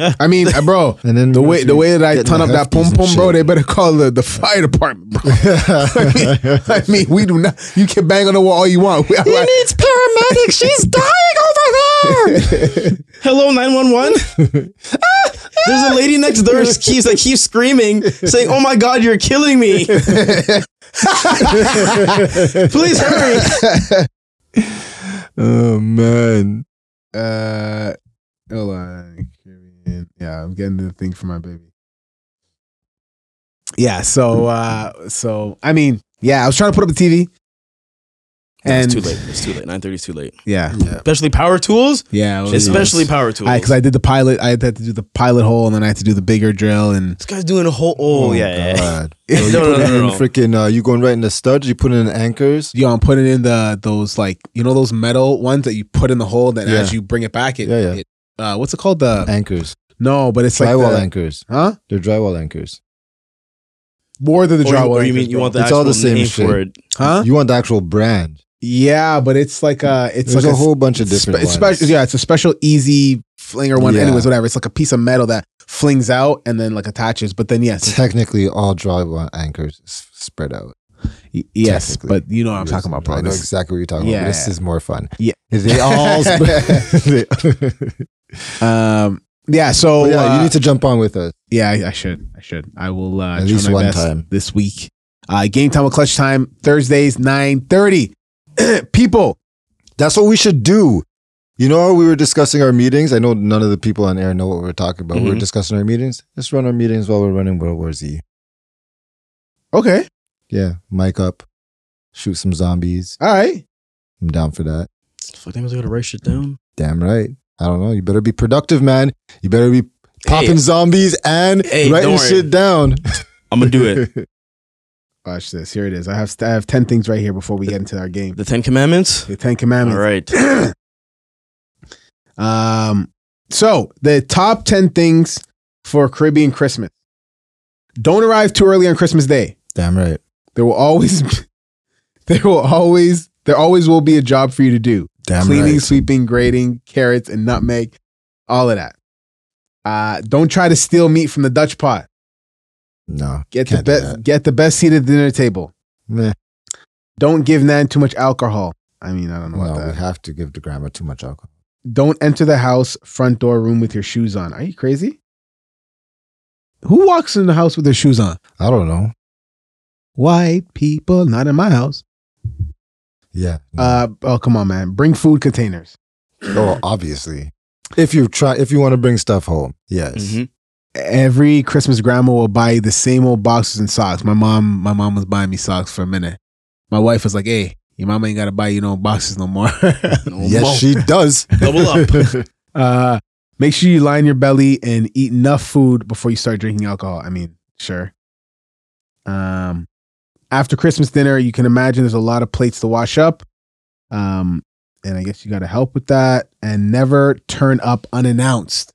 I mean,
*laughs*
uh, bro,
And then
the way the way that I
Getting
turn
the hefties
up that pum
and
pum, bro,
shit.
they better call the, the fire department, bro. *laughs*
*laughs*
I mean, we do not. You can bang on the wall all you want. *laughs* We are like,
needs paramedic. She's
*laughs*
dying over
Hello, nine one one.
*laughs*
*laughs*
There's a lady next door that keeps that keeps screaming, saying, "Oh my God, you're killing me! Please
*laughs*
hurry!"
*laughs*
oh man,
uh, hold on. Caribbean. Yeah, I'm getting the thing for my baby. Yeah. So,
Mm.
uh, so I mean, yeah, I was trying to put up the TV, and
it's too late. It's too late. Nine thirty is too late.
yeah,
Especially power tools.
yeah, I
Oh,
was-
Especially power tools.
I because I did the pilot. I had to do the pilot hole, and then I had to do the bigger drill, and
this guy's doing a whole. Oh, yeah, yeah.
God.
*laughs* No,
you
no,
put
no,
in
no, no.
freaking. Uh, you going right in the studs? You put in anchors?
you know, I'm putting in the those like you know those metal ones that you put in the hole, that
Yeah.
as you bring it back, it,
Yeah, yeah.
it uh, what's it called? The
Anchors,
no, but it's like
drywall
the,
anchors.
huh?
They're drywall anchors.
More
Oh,
than the
Or you-
drywall.
or you mean
anchors,
you
bro.
want the
It's all the
actual
same
name
shit.
for it?
Huh?
You want the actual brand?
Yeah, but it's like a it's
There's
like
a whole bunch of
spe-
different ones.
special. Yeah, it's a special easy flinger one.
Yeah.
Anyways, whatever. It's like a piece of metal that flings out and then like attaches. But then
*laughs*
yes,
Technically, all drywall anchors s- spread out.
y- yes.
Technically.
But you know what I'm
Yes,
talking about, bro.
I know
This-
exactly what you're talking
Yeah,
about. This
yeah.
is more fun.
Yeah. *laughs*
They all. sp- they-
um. Yeah. So
But yeah,
uh,
you need to jump on with us.
Yeah, I, I should. I should. I will uh,
At
try
least
my
one
best
time.
this week. Uh, game time with clutch time Thursdays nine thirty. *clears throat* People,
That's what we should do. You know how we were discussing our meetings? I know none of the people on air know what we're talking about.
Mm-hmm.
We were discussing our meetings. Let's run our meetings while we're running World War Z.
Okay.
Yeah, mic up, shoot some zombies.
All right.
I'm down for that.
Fuck, that means I gotta write shit down.
Damn right. I don't know. You better be productive, man. You better be popping zombies and
Hey,
writing
don't worry.
shit down.
I'm gonna do
*laughs*
it.
Watch this. Here it is. I have I have ten things right here before we get into our game.
The Ten Commandments.
The Ten
All
Commandments.
right.
Um, so the top 10 things for Caribbean Christmas. Don't arrive too early on Christmas Day.
Damn right.
There will always *laughs* there will always there always will be a job for you to do.
Damn
Cleaning,
right.
sweeping, grating, carrots and nutmeg, all of that. Uh, don't try to steal meat from the Dutch pot.
No.
Get
Can't do
the best
that.
get the best seat at the dinner table.
Meh.
Don't give Nan too much alcohol. I mean, I don't know
No,
about that.
we have to give the grandma too much alcohol.
don't enter the house front door room with your shoes on. Are you crazy? Who walks in the house with their shoes on?
I don't know.
White people, not in my house.
Yeah.
Uh, oh, come on, man. Bring food containers. *clears throat*
oh, obviously. If you try, if you want to bring stuff home, yes.
Mm-hmm.
Mhm.
Every Christmas, grandma will buy you the same old boxes and socks. My mom, my mom was buying me socks for a minute. My wife was like, "Hey, your mama ain't gotta buy you no boxes no more." *laughs* Oh,
Yes, she does.
Double
*laughs*
up.
uh, make sure you line your belly and eat enough food before you start drinking alcohol. I mean, sure. Um, after Christmas dinner, you can imagine there's a lot of plates to wash up. Um, and I guess you got to help with that and never turn up unannounced.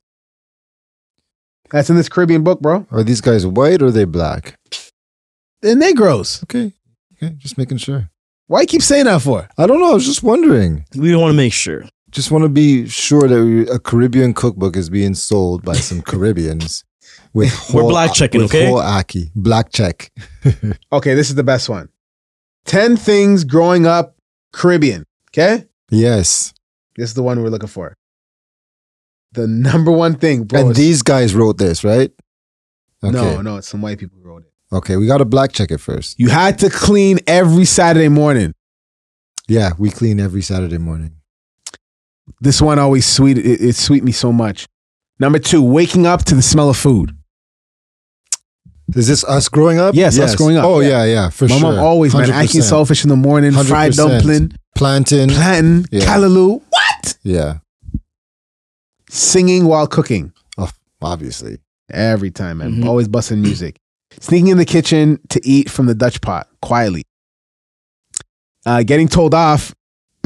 That's in this Caribbean book, bro.
Are these guys white or are they black?
The Negroes.
Okay. Okay. Just making sure.
Why you keep saying that for?
I don't know. I was just wondering.
We want to make sure.
Just want to be sure that we, a Caribbean cookbook is being sold by
*laughs*
some Caribbeans with
We're
whole-
black checking,
with
okay?
whole Aki black check.
Okay, this is the best one. 10 things growing up Caribbean. Okay?
Yes.
This is the one we're looking for. The number one thing, bro.
and
is-
these guys wrote this, right? Okay.
No, no, it's some white people who wrote it.
Okay. We got to black check it first.
You had to clean every Saturday morning.
Yeah. We clean every Saturday morning.
This one always sweet. It, it sweet me so much. Number two, waking up to the smell of food.
Is this us growing up?
Yes, us growing up.
Oh, yeah. Yeah. for
My
sure.
mom always, man,
100%.
acting selfish in the morning, fried
100%.
dumpling,
Planting.
plantain,
Yeah.
callaloo. What?
yeah.
Singing while cooking.
Obviously.
Every time, man.
Mhm.
Always busting music. Sneaking in the kitchen to eat from the Dutch pot quietly. Uh, getting told off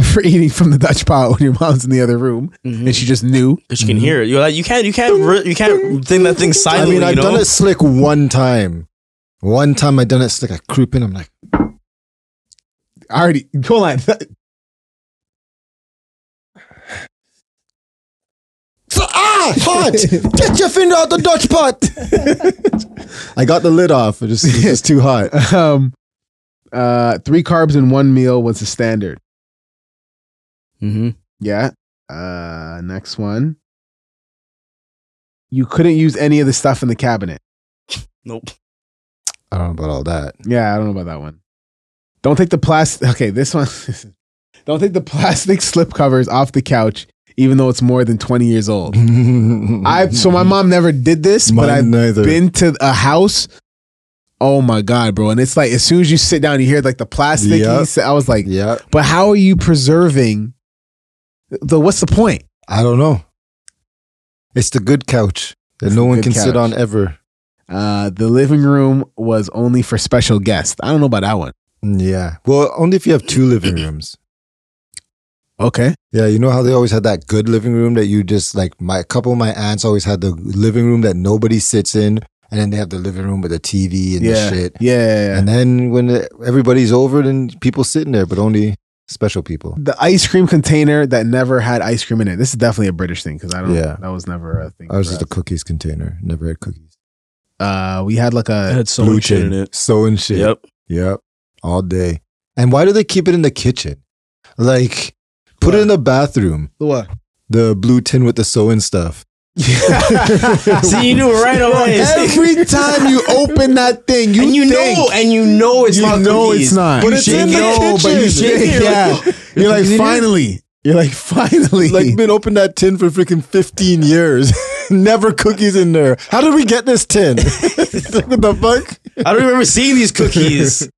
*laughs* for eating from the Dutch pot when your mom's in the other room
Mhm.
and she just knew.
Cause you can hear it. You're like, you can't, you can't, re- you can't think that thing
Mm-hmm. I
silently.
mean, I've
you know?
done it slick one time. One time I done it slick. I creep in. I'm like,
I already, hold on.
ah, hot! Get your finger out the Dutch pot. I got the lid *laughs* off. It just, it's just too hot.
*laughs* um, uh, three carbs in one meal was the standard.
Mm-hmm.
Mhm.
Yeah. Uh, next one. You couldn't use any of the stuff in the cabinet.
Nope.
I don't know about all that.
Yeah, I don't know about that one. Don't take the plastic. Okay, this one. *laughs* don't take the plastic slip covers off the couch, even though it's more than twenty years old.
*laughs*
I so my mom never did this, but
Mine
I've
neither.
been to a house. Oh my god, bro! And it's like as soon as you sit down, you hear like the plastic.
Yep.
he said- I was like,
yeah,
But how are you preserving the what's the point?
I don't know. It's the good couch that
It's
no
the
one
good
can
couch.
sit on ever.
Uh the living room was only for special guests. I don't know about that one.
Mm, Yeah. Well, only if you have two
*clears throat*
living rooms.
Okay.
Yeah, you know how they always had that good living room that you just like my a couple of my aunts always had the living room that nobody sits in and then they have the living room with the TV and
Yeah.
the shit.
Yeah. yeah, yeah.
And then when the, everybody's over then people sitting there but only special people.
the ice cream container that never had ice cream in it. This is definitely a British thing because I don't.
Yeah.
that was never a thing.
I was
for
just a
us.
cookies container, never had cookies.
uh, we had like
I
a
had so much shit in it.
Sewing shit.
Yep.
Yep. All day. And why do they keep it in the kitchen? Like put it in the bathroom.
what?
The blue tin with the sewing *laughs* stuff.
See, you knew it
*laughs*
right away.
Every time you open that thing, you
*laughs* and you
think,
know, and you know it's
you
not.
know
cookies.
it's not.
You
But
it's
shake
in the
it,
*laughs* kitchen.
But you shake it.
yeah, you're like finally. You're like, finally.
Like, been open that tin for freaking 15 years. *laughs* Never cookies in there. How did we get this tin? *laughs* Like, what the fuck?
I don't remember
*laughs*
seeing these cookies.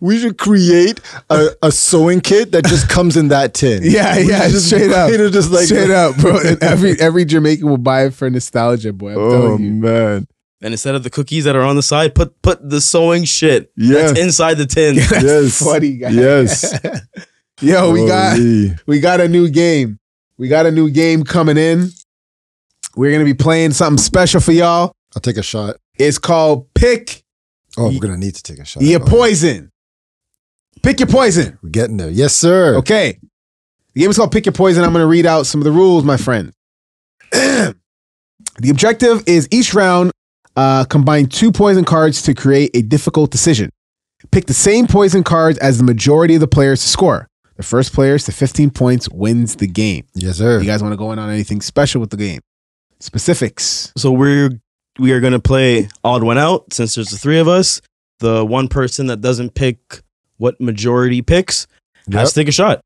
We should create a, a sewing kit that just comes in that tin.
yeah,
We
yeah,
should just
straight up.
create it just *laughs* like
straight up, bro. And every every Jamaican will buy it for nostalgia, boy.
*laughs*
I'm
Oh
telling you.
man.
and instead of the cookies that are on the side, put put the
*laughs*
sewing shit
Yes.
*laughs*
that's inside the
*laughs*
tin.
yes.
Funny guy.
Yes.
*laughs* Yo, we got
Holy.
we got a new game. We got a new game coming in. We're gonna be playing something special for y'all.
I'll take a shot.
It's called Pick
Oh,
Ye-
we're gonna need to take a shot.
Your
Okay.
Poison. Pick your poison.
We're getting there. Yes, sir.
Okay. The game is called Pick Your Poison. I'm going to read out some of the rules, my friend. *clears throat* the objective is each round, uh, combine two poison cards to create a difficult decision. Pick the same poison cards as the majority of the players to score. The first players to 15 points wins the game.
Yes, sir.
You guys want to go in on anything special with the game? Specifics.
So we're we are gonna play odd one out since there's the three of us. The one person that doesn't pick what majority picks has
Yep.
to take a shot.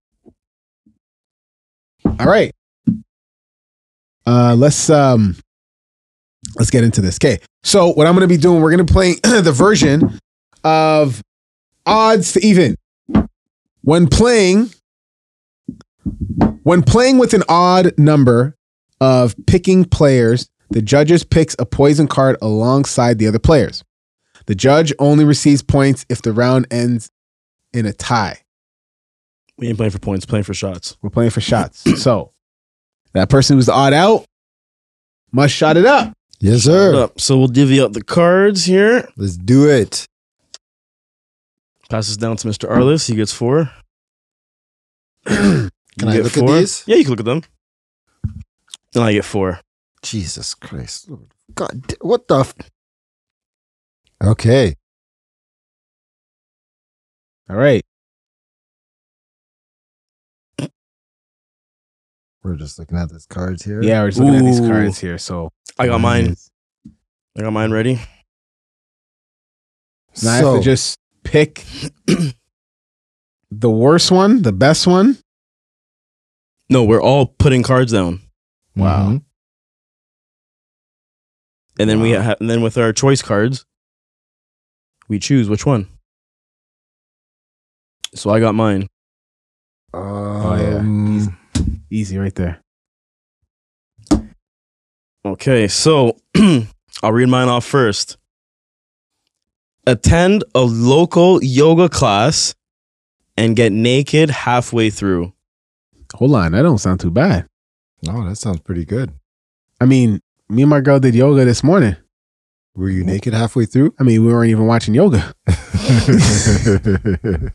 All right. Uh, let's um, let's get into this. Okay. So what I'm going to be doing, we're going to play *clears throat* the version of odds to even. When playing, when playing with an odd number of picking players, the judges picks a poison card alongside the other players. The judge only receives points if the round ends in a tie.
We ain't playing for points, playing for shots.
We're playing for shots. *clears throat* so that person who's the odd out must shot it up.
Yes, sir.
Up. So we'll divvy up the cards here.
Let's do it.
Passes down to Mr. Arliss. He gets four.
Can
You
I
get
look
four.
at these?
Yeah, you can look at them. And I get four.
Jesus Christ. Lord. God, da- what the? F- okay.
All right.
We're just looking at these cards here.
Yeah, we're just looking at these
Ooh.
cards here. So
I got mine. I got mine ready.
now I
So-
have to just pick the worst one, the best one.
No, we're all putting cards down,
Wow.
Mhm.
and then we ha- and then with our choice cards, we choose which one. So I got mine.
Oh, yeah.
Mm-hmm. Um,
Easy right there.
Okay, so *clears throat* I'll read mine off first. Attend a local yoga class and get naked halfway through.
Hold on, that don't sound too bad.
No, that sounds pretty good.
I mean, me and my girl did yoga this morning. Mm-hmm.
Were you naked halfway through?
I mean, we weren't even watching yoga.
*laughs*
*laughs*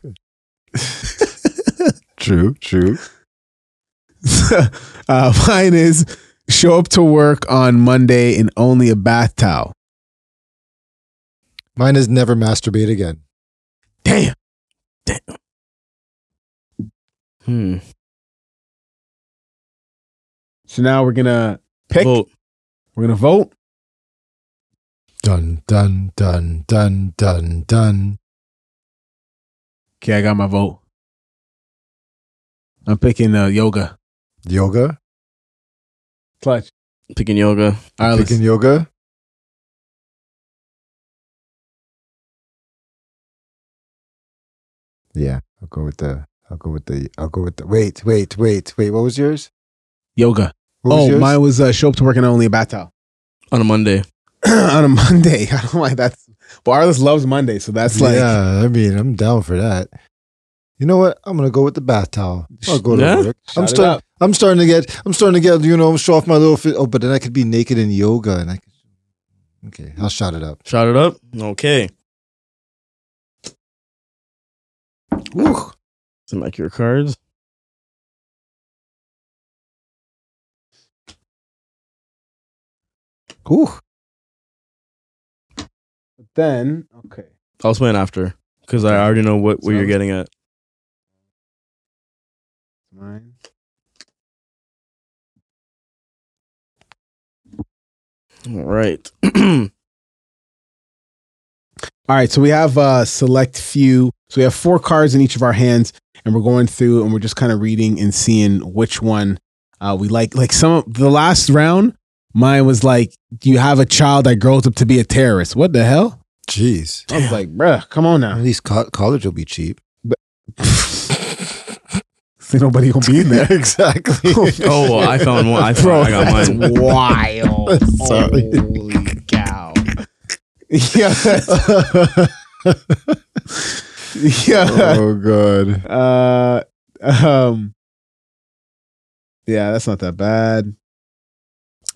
true, true.
uh, mine is show up to work on Monday in only a bath towel.
Mine is never masturbate again.
Damn.
Hmm.
So now we're gonna pick.
Vote.
We're gonna vote.
Dun, dun, dun, dun, dun, dun.
Okay, I got my vote. I'm picking uh, yoga.
Yoga?
Clutch.
Picking yoga.
All right, let's-
Picking yoga? Yeah, I'll go with the. I'll go with the. I'll go with the. Wait, wait, wait, wait. What was yours?
yoga.
What was
oh,
yours?
mine was uh, show up to work and only a bath towel
On a Monday.
*clears throat* on a Monday. *laughs* I don't like that. But Arliss loves Monday, so that's like
yeah, I mean, I'm down for that. You know what? I'm gonna go with the bath towel. I'll go to
Yeah?
work.
Shut
I'm
it
starting.
up.
I'm starting to get. I'm starting to get. You know, I'm show off my little. Fit. Oh, but then I could be naked in yoga, and I. Could, okay, I'll shot it up.
Shot it up. Okay. Some accurate cards.
Then okay.
I'll explain after because I already know what, what you're getting at.
Mine.
All *clears throat* right.
All right, so we have uh select few. So we have four cards in each of our hands, and we're going through and we're just kind of reading and seeing which one uh, we like. Like some of the last round, mine was like, "You have a child that grows up to be a terrorist." What the hell?
Jeez.
I was like, "Bruh, come on
At
now."
least co- college will be cheap.
*laughs* See, nobody gonna be in there.
*laughs* exactly.
*laughs* Oh, I found one. I found. I got mine.
*laughs*
Wild.
Sorry.
Holy cow. yeah. yeah.
oh god.
Uh, um, yeah, that's not that bad.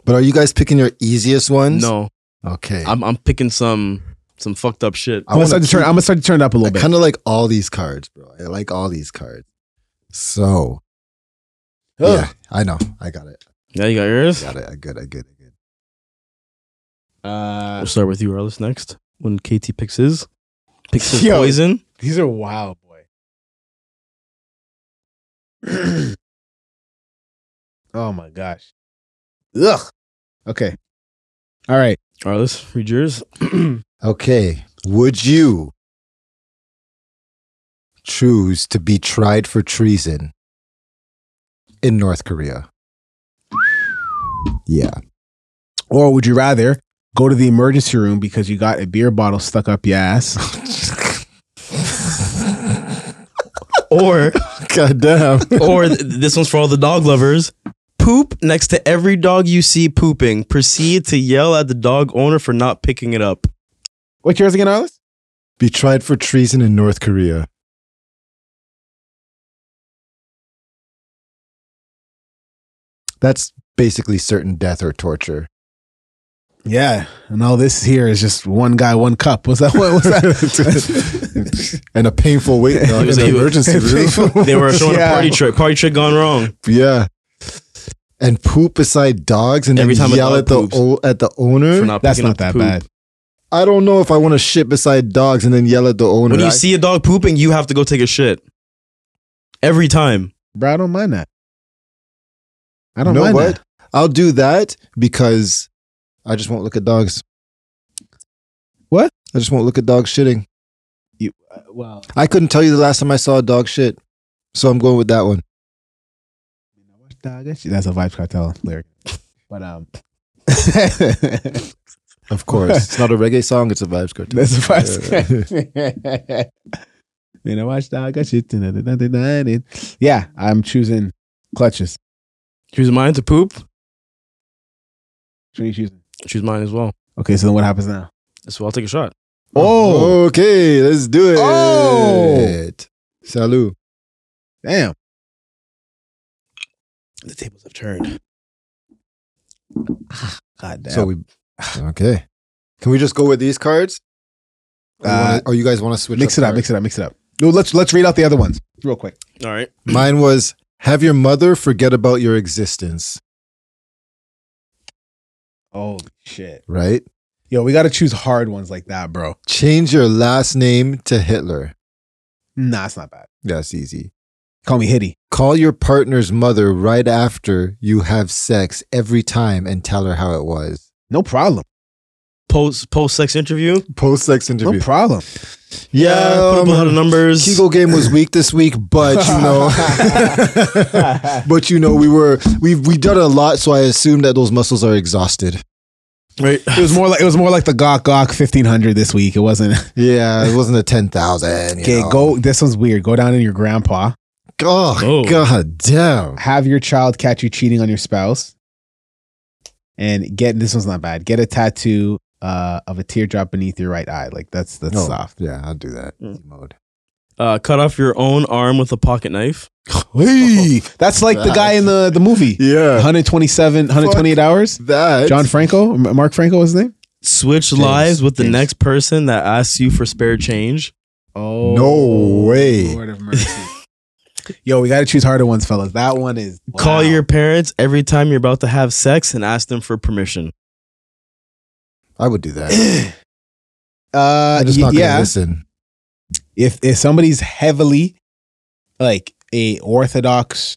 But are you guys picking your easiest ones?
No,
Okay.
I'm I'm picking some some fucked up shit.
Oh.
I'm gonna start to turn. I'm gonna start to turn it up a
I
little bit.
kind of like all these cards, bro. I like all these cards. So.
Ugh.
Yeah, I know. I got it.
Yeah, you got yours.
Got it. I good. I good. I good.
Uh,
We'll start with you, Arliss, next. When KT picks his, picks his
Yo.
poison.
these are wild, boy. *clears throat* oh my gosh. Ugh. Okay. All right.
Arliss, read yours. *clears throat*
Okay. Would you choose to be tried for treason in North Korea? Yeah.
Or would you rather go to the emergency room because you got a beer bottle stuck up your ass?
*laughs* Or
God damn.
or th- this one's for all the dog lovers. Poop next to every dog you see pooping. Proceed to yell at the dog owner for not picking it up.
What's yours again, Arliss?
Be tried for treason in North Korea. That's basically certain death or torture.
Yeah. And all this here is just one guy, one cup. What's that? What was
*laughs*
that? *laughs*
and a painful wait dog in
was
the
a- *laughs*
emergency room.
They were
*laughs*
showing
Yeah.
a party trick. Party trick gone wrong.
*laughs* yeah. And poop beside dogs and then
Every time a
yell
dog
at the
poops.
o- at the
For
owner.
not
That's
picking
not
up the
that
poop.
bad.
I don't know if I want to shit beside dogs and then yell at the owner.
When
I-
you see a dog pooping, you have to go take a shit. Every time.
Bro, I don't mind that. I don't
know
mind
what?
that.
I'll do that because I just won't look at dogs.
What?
I just won't look at dogs shitting.
You, uh, well,
I couldn't tell you the last time I saw a dog shit, so I'm going with that one.
that's a Vibes Cartel lyric. But um, *laughs*
Of course, *laughs* it's not a reggae song; it's a vibes cartoon.
that's a Vibes Cartel. *laughs* you know, watch dog, I shit. da-da-da-da-da-da. Yeah, I'm choosing clutches.
Choose mine to poop.
What are you choosing?
Choose mine as well.
Okay, so then what happens now?
So I'll take a shot.
Oh,
okay, let's do it.
Oh.
Salut.
damn.
The tables have turned.
*sighs* God damn.
So we *sighs* okay. Can we just go with these cards? Or, you wanna-
Uh,
or you guys want to switch?
mix it up,
cards?
mix it up, mix it up. No, let's let's read out the other ones real quick.
All right.
Mine was have your mother forget about your existence.
Oh shit.
Right.
Yo, we got to choose hard ones like that, bro.
Change your last name to Hitler.
Nah, it's not bad.
That's easy.
Call me Hitty.
Call your partner's mother right after you have sex every time and tell her how it was.
No problem.
Post post sex interview.
Post sex
No problem.
yeah,
put up a lot of numbers.
Kegel game was weak this week, but
*laughs*
you know, but you know, we were we we done a lot, so I assume that those muscles are exhausted.
Right.
It was more like it was more like the Gok Gok fifteen hundred this week. It
*laughs*
wasn't
Yeah, it wasn't a ten thousand.
okay. Go. This one's weird. Go down in your grandpa.
Oh,
Oh.
god damn.
Have your child catch you cheating on your spouse. And get this one's not bad. Get a tattoo uh, of a teardrop beneath your right eye. Like that's that's
No.
soft.
Yeah, I'll do that.
Mm.
Mode.
Uh, cut off your own arm with a pocket knife.
Hey, *laughs* that's like the guy in the the movie.
Yeah.
127, 128 hours.
That
John Franco, M- Mark Franco was his name.
Switch
James,
lives with the
James.
next person that asks you for spare change.
Oh
No way.
Lord of mercy. *laughs* Yo, we got to choose harder ones, fellas. That one is
Call
wow.
your parents every time you're about to have sex and ask them for permission.
I would do that.
uh
I'm just
y-
not gonna
yeah.
listen.
if if somebody's heavily like a orthodox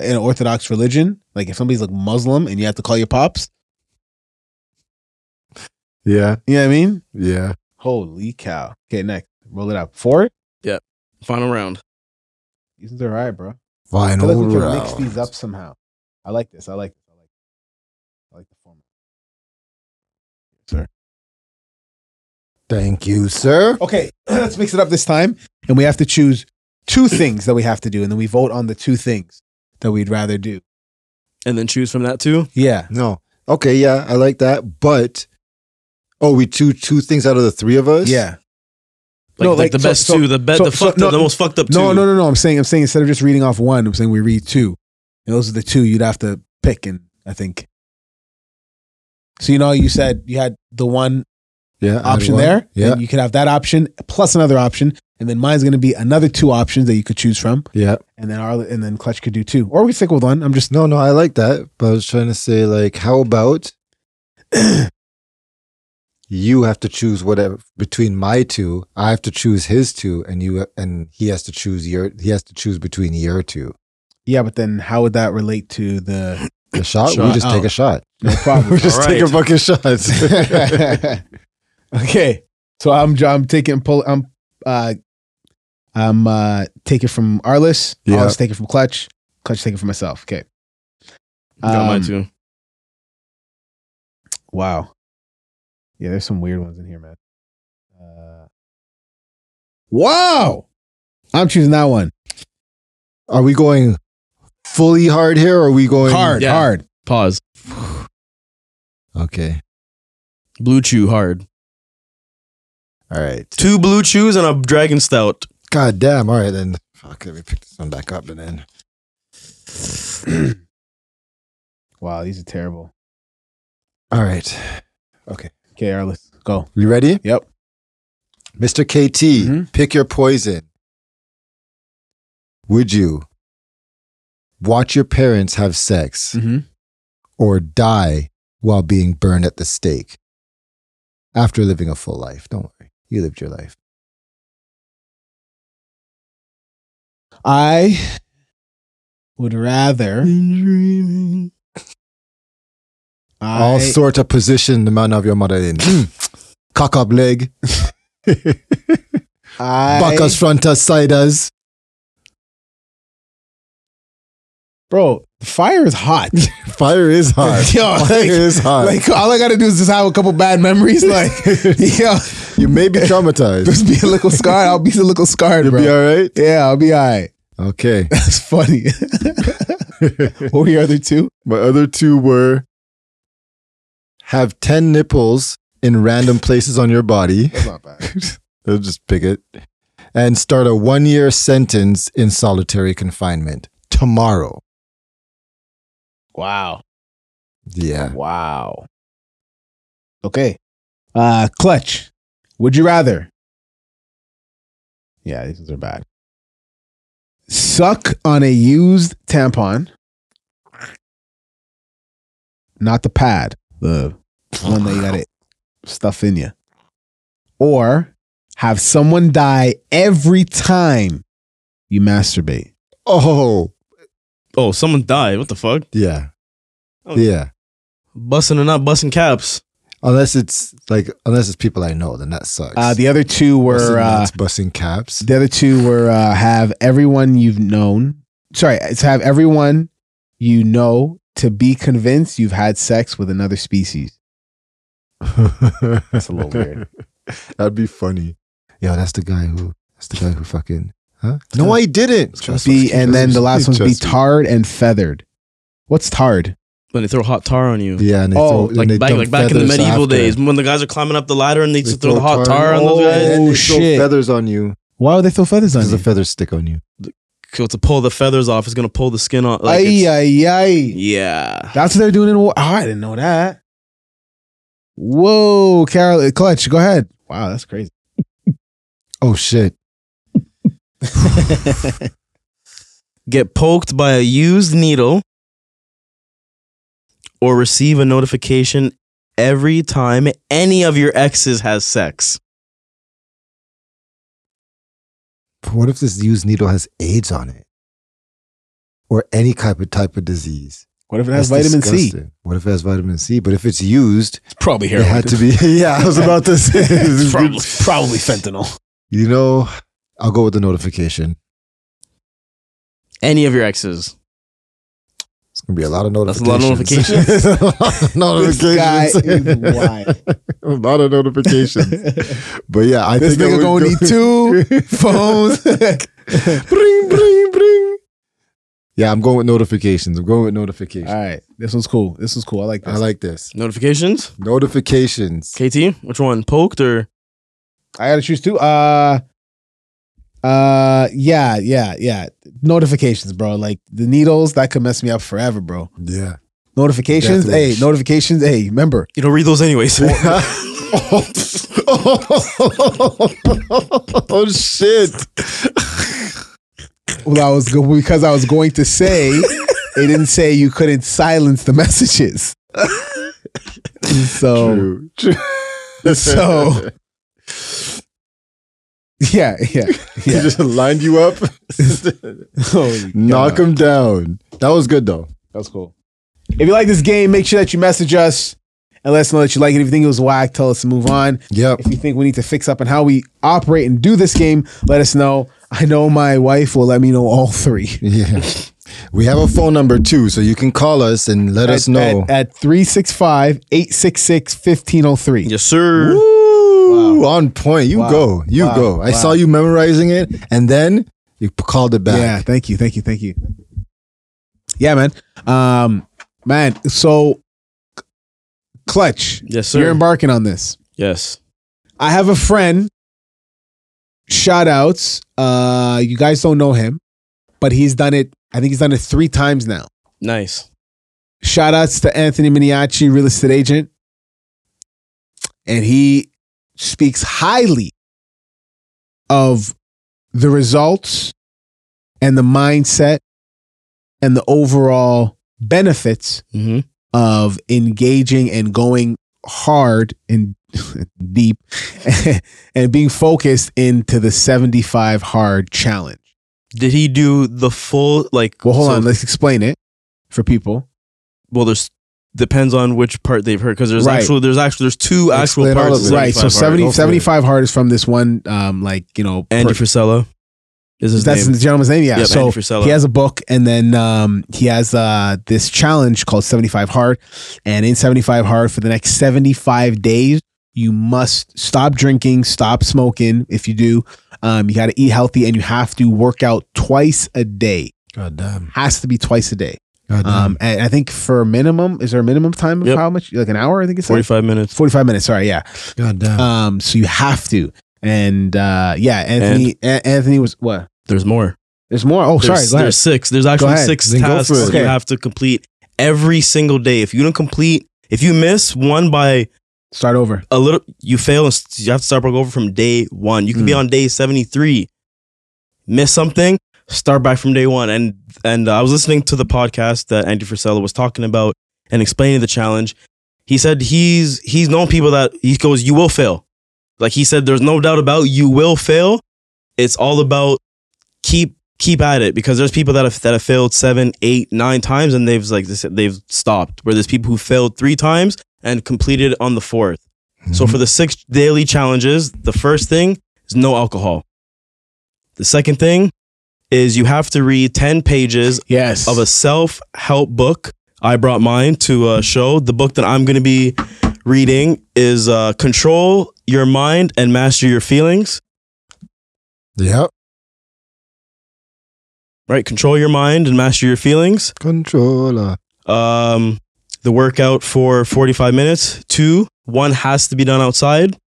an orthodox religion like if somebody's like muslim and you have to call your pops
Yeah,
you know what i mean
yeah.
holy cow okay next roll it up four
Final round.
These ones are all right, bro. I feel
Final
like we can
round.
mix these up somehow. I like this. I like this. I like. I like the format.
Thank you, sir.
Okay, *clears throat* let's mix it up this time, and we have to choose two things that we have to do, and then we vote on the two things that we'd rather do.
And then choose from that too.
Yeah.
No. Okay, yeah, I like that. But oh, we choose two things out of the three of us?
Yeah.
Like,
No,
like,
like,
the
so-
best
so-
two, the best,
so-
the
so-
fucked
no,
up, the most fucked up two.
No, no, no, no. I'm saying, I'm saying instead of just reading off one, I'm saying we read two. And those are the two you'd have to pick, and I think. So you know, you said you had the one
Yeah. add
option
one.
there.
Yeah.
then you could have that option plus another option, and then mine's going to be another two options that you could choose from,
Yeah.
and then our and then Clutch could do two, or we stick with one. I'm just
No, no, I like that. But I was trying to say, like, how about *clears throat* you have to choose whatever between my two. I have to choose his two, and you and he has to choose your. He has to choose between your two.
yeah, but then how would that relate to the *clears throat*
The shot. Uh, we
Shot.
just take
Oh.
a shot.
no
*laughs* we
problem?
just
All
take a
right.
fucking shot.
*laughs* okay, so I'm I'm taking pull I'm uh I'm uh taking from Arliss.
Yeah.
Arliss taking from Clutch. Clutch taking from myself. Okay.
Got mine
Um,
too.
Wow. Yeah, there's some weird ones in here, man. Uh, wow. I'm choosing that one. *clears throat*
are we going fully hard here? Or are we going
Hard,
Yeah.
hard.
Pause.
Okay.
Blue chew hard.
All right.
Two blue chews and a dragon stout.
God damn. All right then. Fuck. Let me pick this one back up and then.
Wow, these are terrible.
All right.
Okay, Arliss, go.
You ready?
Yep.
Mr. KT,
Mhm.
pick your poison. Would you watch your parents have sex
Mm-hmm.
or die while being burned at the stake after living a full life? Don't worry. You lived your life.
I would rather. I,
All sort of position the man of your
*clears throat*
mother in. Cock up leg,
I,
back us, front us, side us.
bro, fire is hot.
*laughs*
*laughs*
Fire is hot.
Yo, like-
Fire is hot.
like all I gotta do is just have a couple bad memories.
*laughs*
Like, yo,
you may be traumatized.
just be a little scarred. I'll be a little scarred,
You'll
bro.
be all right.
Yeah, I'll be all right.
Okay.
*laughs* That's
*laughs*
funny. what were your other two?
My other two were have 10 nipples in random places on your body.
That's not bad.
They'll just pick it. And start a one year sentence in solitary confinement tomorrow.
Wow.
Yeah.
Wow. Okay. Uh clutch. Would you rather? Yeah, these ones are bad. Suck on a used tampon. Not the pad. The one that you gotta stuff in you. Or have someone die every time you masturbate.
Oh,
Oh, someone died. What the fuck?
yeah.
Oh.
Yeah.
Bussing or not bussing caps.
Unless it's like, unless it's people I know, then that sucks.
Uh, the other two
Busting
were uh,
nuts, busting caps.
*laughs* The other two were uh, have everyone you've known. Sorry, it's have everyone you know to be convinced you've had sex with another species.
that's
a little weird.
*laughs* That'd be funny. Yo, that's the guy who, that's the guy who fucking, huh? No, I didn't.
Be and then the *laughs* last one's be
Just-
tarred and feathered. What's tarred?
When they throw hot tar on you.
Yeah, and they
Oh,
oh,
Like back, like back in the medieval days when the guys are climbing up the ladder and they, used to throw the hot tar on those guys.
and they throw
Oh, shit.
feathers on you.
Why would they throw feathers on
Because
you?
the feathers stick on you.
So to pull the feathers off, it's gonna pull the skin off. Like
ay,
it's-
ay, ay.
yeah.
That's what they're doing in war. Oh, I didn't know that. Whoa, Carol, uh, clutch. Go ahead. Wow, that's crazy.
Oh shit!
Get poked by a used needle or receive a notification every time any of your exes has sex.
But What if this used needle has AIDS on it, or any type of type of disease?
What if it has
That's
vitamin C?
disgusting. What if it has vitamin C? But if it's used,
It's probably
it had to be. *laughs* Yeah,
*laughs*
I was about to say.
probably fentanyl.
you know, I'll go with the notification.
any of your exes.
It's gonna be a lot of
That's
notifications.
a lot of
*laughs*
a lot *laughs* of
This guy
notifications.
is
*laughs*
*laughs*
wild.
a lot of notifications. But yeah, I
This
think I
nigga
would
gonna
go-
need *laughs* two phones.
bring, bring, bring. Yeah, I'm going with notifications. I'm going with notifications.
All right, this one's cool. This was cool. I like this.
I like this.
Notifications?
*laughs*
Notifications. *laughs*
KT, which one? Poked or
I gotta choose two. Uh, uh, yeah, yeah, yeah. Notifications, bro. Like the needles that could mess me up forever, bro.
Yeah.
Notifications.
Death
Hey,
wish.
notifications. Hey, remember.
you don't read those anyways.
oh, shit.
Well, I was go- because I was going to
*laughs*
say it didn't say you couldn't silence the messages.
*laughs*
so
True. True.
So- yeah,
*laughs*
yeah, *laughs*
He
yeah.
just lined you up,
Holy
knock
God.
him down. That was good though.
That's cool. If you like this game, make sure that you message us and let us know that you like it. If you think it was whack, tell us to move on.
Yep.
If you think we need to fix up and how we operate and do this game, let us know. I know my wife will let me know all three.
Yeah. We have a phone number too, so you can call us and let us
At-
know.
At, at 365 866 1503.
*laughs* yes, sir.
Woo, on point. You
Wow.
go. You
Wow.
go. I
Wow.
saw you memorizing it and then you p- called it back.
Yeah, thank you, thank you, thank you. Yeah, man. Um, man, so clutch.
Yes,
You're
sir.
embarking on this.
yes.
I have a friend. Shout outs. Uh, you guys don't know him, but he's done it. I think he's done it three times now.
Nice.
Shout outs to Anthony Miniacci, real estate agent. And he speaks highly of the results and the mindset and the overall benefits
hmm
of engaging and going hard and *laughs* deep *laughs* and being focused into the 75 hard challenge.
Did he do the full like?
Well, hold
so-
on, let's explain it for people.
well, there's depends on which part they've heard because there's
Right.
actual there's actual there's two actual
Explain all
parts.
of
of
it.
right, so 70,
75 hard.
Go for it.
75 hard is from this one um like, you know,
Andy
per-
Frisella is his
that's
name.
the gentleman's name, yeah.
Yep,
so
Andy Frisella.
he has a book and then um he has uh this challenge called 75 hard and in 75 hard for the next 75 days you must stop drinking, stop smoking if you do. Um you got to eat healthy and you have to work out twice a day.
God damn.
Has to be twice a day.
God damn.
Um and I think for a minimum is there a minimum time of
Yep.
how much like an hour I think it's
Forty
like?
five minutes.
45 minutes, sorry, yeah.
God damn.
Um, so you have to. And uh, yeah, Anthony. A- Anthony was what?
There's more.
There's more. Oh, sorry.
There's,
Go ahead.
there's six. There's actually
ahead.
six
Then go
tasks
for it.
you
Okay.
have to complete every single day. If you don't complete, if you miss one by
Start over.
a little, you fail. and s- You have to start back over from day one. You can be on day seventy three. Miss something, start back from day one. And and I was listening to the podcast that Andy Frisella was talking about and explaining the challenge. He said he's he's known people that he goes, you will fail. Like he said, there's no doubt about you will fail. It's all about keep keep at it because there's people that have that have failed seven, eight, nine times and they've like they said, they've stopped. Where there's people who failed three times and completed on the fourth. So for the six daily challenges, the first thing is no alcohol. The second thing is you have to read 10 pages
Yes.
of a self help book. I brought mine to a show. The book that I'm going to be reading is uh, Control Your Mind and Master Your Feelings,
yep.
right? Control Your Mind and Master Your Feelings.
Controller.
um, the workout for 45 minutes. Two, one has to be done outside,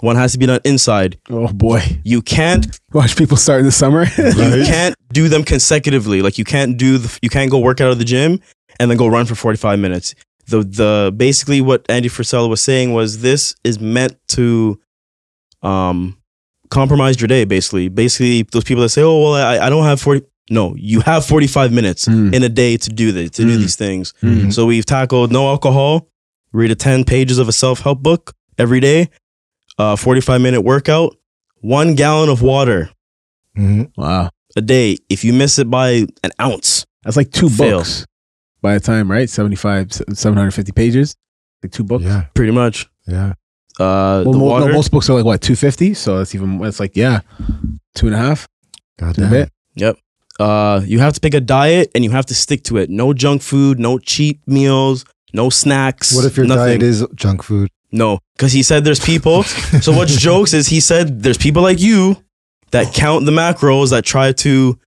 one has to be done inside.
oh boy. *laughs*
You can't
Watch people start in the summer. *laughs*
you can't do them consecutively. Like you can't do the, you can't go work out of the gym and then go run for 45 minutes. The the basically what Andy Frisella was saying was this is meant to um compromise your day basically. Basically those people that say, "Oh, well I I don't have 40 no, you have 45 minutes
Mm.
in a day to do this, to do
Mm.
these things. So we've tackled no alcohol, read a 10 pages of a self help book every day, a 45 minute workout, one gallon of water
Mhm.
wow.
a day. If you miss it by an ounce,
That's like two
Fail.
books by the time, right? 75, 750 pages. Like two books.
Yeah.
pretty much.
Yeah.
Well,
Uh, the
mo- no,
water.
most books are like what, 250? So that's even, it's like, yeah, two and a half.
God
That's a
damn.
bit.
uh, you have to pick a diet and you have to stick to it. No junk food, no cheap meals, no snacks.
What if your
nothing.
diet is junk food?
No, because he said there's people. so what's jokes is he said there's people like you that count the macros that try to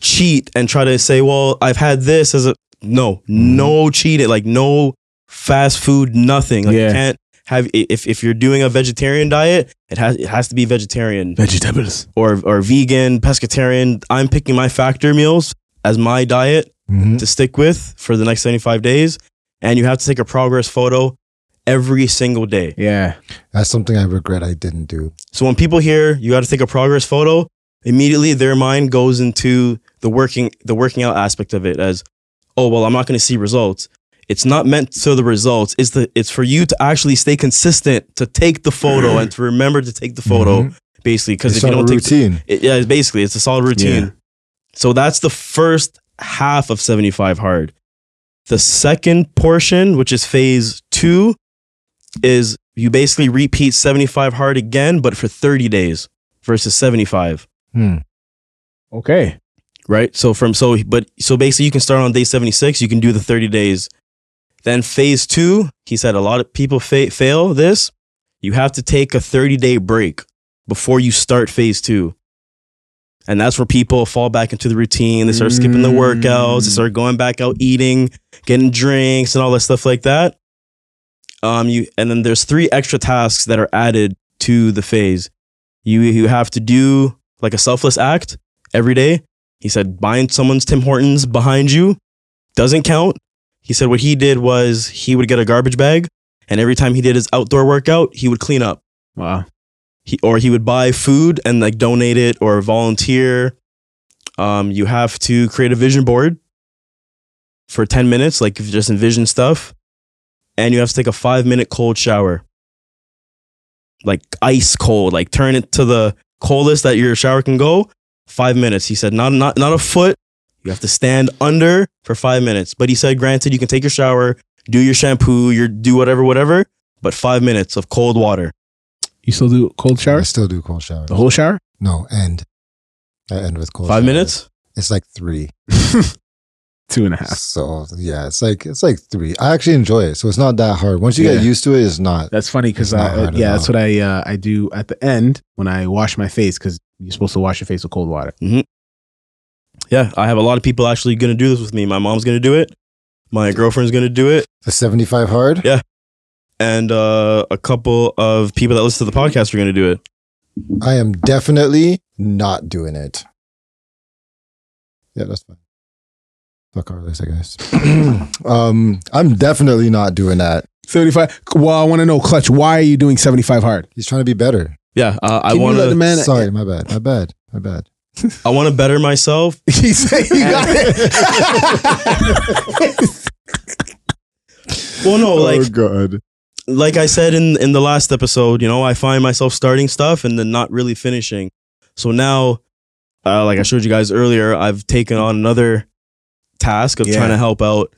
cheat and try to say, well, I've had this as a no, no cheat it, like no fast food, nothing. Like
Yeah.
you can't have i- if if you're doing a vegetarian diet, it has it has to be vegetarian
Vegetables.
or or vegan, pescatarian. I'm picking my factor meals as my diet
Mhm.
to stick with for the next 75 days and you have to take a progress photo every single day
Yeah.
That's something I regret I didn't do.
so when people hear you got to take a progress photo immediately their mind goes into the working the working out aspect of it as oh well i'm not going to see results it's not meant to the results it's the it's for you to actually stay consistent to take the
*clears throat*
photo and to remember to take the photo basically because if
Mm-hmm. It's
you
not a
don't take the-
routine.
it, yeah, it's basically it's a solid routine.
Yeah.
So that's the first half of 75 hard. The second portion, which is phase two, is you basically repeat 75 hard again, but for 30 days versus 75.
Okay.
Right. So from so but so basically you can start on day 76, you can do the 30 days. Then phase two, he said a lot of people fa- fail this. You have to take a 30 day break before you start phase two. And that's where people fall back into the routine. They start skipping the workouts, they start going back out eating, getting drinks and all that stuff like that. Um, you and then there's three extra tasks that are added to the phase. You you have to do like a selfless act every day. He said buying someone's Tim Hortons behind you doesn't count. He said what he did was he would get a garbage bag and every time he did his outdoor workout, he would clean up.
Wow.
He or he would buy food and like donate it or volunteer. Um, you have to create a vision board for 10 minutes, like if you just envision stuff. And you have to take a five minute cold shower. Like ice cold, like turn it to the coldest that your shower can go. Five minutes. He said, not not not a foot. You have to stand under for five minutes. But he said, granted, you can take your shower, do your shampoo, your do whatever, whatever, but five minutes of cold water.
You still do cold
I
showers?
still do cold showers.
The whole shower?
no, end. I end with cold
five
showers.
minutes?
It's like three.
Two and a half.
So yeah, it's like it's like three. I actually enjoy it. So it's not that hard. Once you
Yeah.
get used to it, it's not.
That's funny because
It's not
uh,
hard at
yeah, that's
all.
what I uh, I do at the end when I wash my face because you're supposed to wash your face with cold water.
Yeah. I have a lot of people actually gonna do this with me. My mom's gonna do it. My girlfriend's gonna do it.
The seventy-five hard.
And uh, a couple of people that listen to the podcast are gonna do it.
I am definitely not doing it. Yeah, that's fine. Fuck our list, I guess. *clears throat* um, I'm definitely not doing that.
75. Well, I want to know, Clutch, why are you doing 75 hard?
He's trying to be better.
Yeah. Uh, I
Can you
wanna
let the man- And I-
Sorry, my bad. My bad. My bad.
I wanna better myself.
*laughs* he said he
*laughs*
got it.
Well no, like
god.
like I said in in the last episode, you know, I find myself starting stuff and then not really finishing. So now, uh, like I showed you guys earlier, I've taken on another task of
Yeah.
trying to help out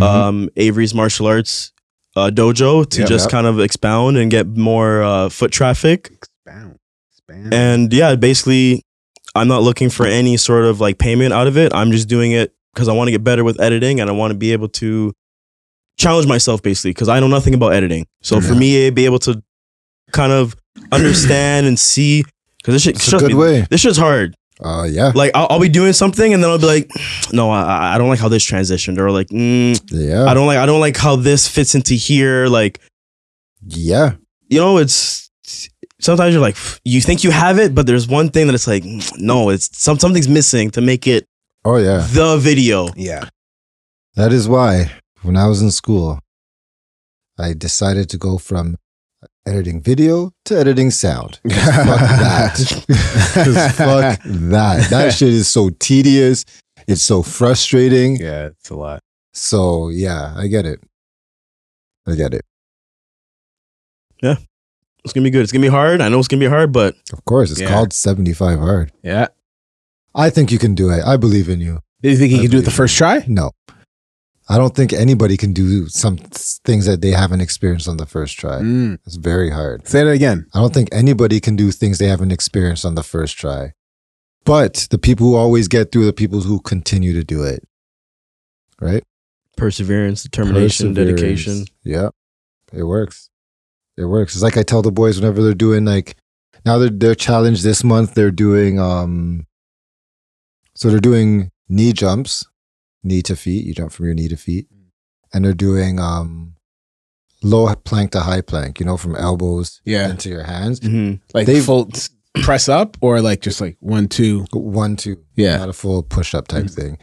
um, Avery's martial arts uh, dojo to
Yeah,
just
yeah.
kind of expound and get more uh, foot traffic.
Expound. Expound.
And yeah, basically, I'm not looking for any sort of like payment out of it. I'm just doing it because I want to get better with editing and I want to be able to challenge myself basically because I know nothing about editing. So for me, it'd be able to kind of
*clears throat*
understand and see because this shit,
It's a
trust
good
me,
way.
this shit's hard.
Uh, yeah.
Like I'll, I'll be doing something and then I'll be like, no, I- I, I don't like how this transitioned or like, mm,
Yeah.
I don't like, I don't like how this fits into here. Like
yeah.
you know, it's sometimes you're like you think you have it, but there's one thing that it's like "Mm, no, it's some something's missing to make it
Oh yeah.
the video.
yeah.
That is why when I was in school, I decided to go from editing video to editing sound. 'Cause fuck that.
*laughs*
'Cause *laughs* fuck that. That shit is so tedious. It's so frustrating.
Yeah, it's a lot.
So yeah, I get it. I get it.
It's gonna be good. It's gonna be hard. I know it's gonna be hard, but
Of course, it's
Yeah.
called 75 hard.
Yeah.
I think you can do it. I believe in you.
Do you think he
I
can do it the
believe
first try?
No. I don't think anybody can do some th- things that they haven't experienced on the first try.
Mm.
It's very hard.
Say that again.
I don't think anybody can do things they haven't experienced on the first try. But the people who always get through, the people who continue to do it, right?
Perseverance, determination, dedication.
Yeah, it works. It works. It's like I tell the boys whenever they're doing like now they're they're challenged this month. They're doing um, so they're doing knee jumps, knee to feet. You jump from your knee to feet, and they're doing um, low plank to high plank. You know, from elbows
Yeah.
into your hands.
hmm
Like
They've-
full press up or like just like one, two.
One two.
Yeah. Mm-hmm.
not a full push up type thing.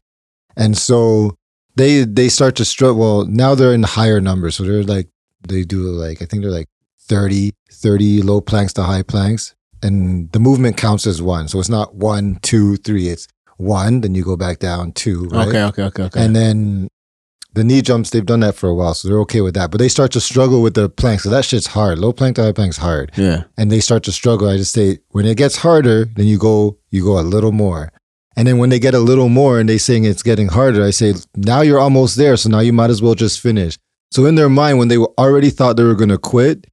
And so they they start to struggle. Well, now they're in higher numbers. So they're like they do like I think they're like 30, 30 low planks to high planks. And the movement counts as one. So it's not one, two, three. It's one, then you go back down two, right?
Okay, okay, okay, okay.
And then the knee jumps, they've done that for a while, so they're okay with that. But they start to struggle with the planks. So that shit's hard. Low plank to high plank's hard
yeah.
and they start to struggle, I just say when it gets harder, then you go you go a little more. And then when they get a little more and they saying it's getting harder, I say now you're almost there, so now you might as well just finish. So in their mind, when they were already thought they were gonna quit,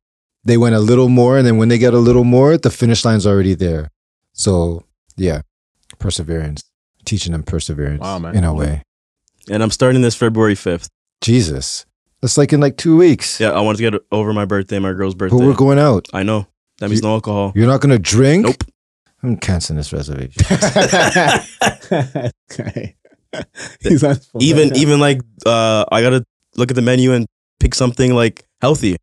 they went a little more, and then when they get a little more, the finish line's already there. So yeah, perseverance, teaching them perseverance
Wow, man.
in a way.
And I'm starting this February 5th.
Jesus, that's like in like two weeks.
Yeah, I wanted to get over my birthday, my girl's birthday.
but we're going out.
I know. That means no
*laughs*
alcohol.
You're not gonna drink.
Nope.
I'm canceling this reservation.
*laughs*
*laughs* Oh,
okay. *laughs* He's on his phone
Even
right now.
even like uh I gotta look at the menu and pick something like healthy.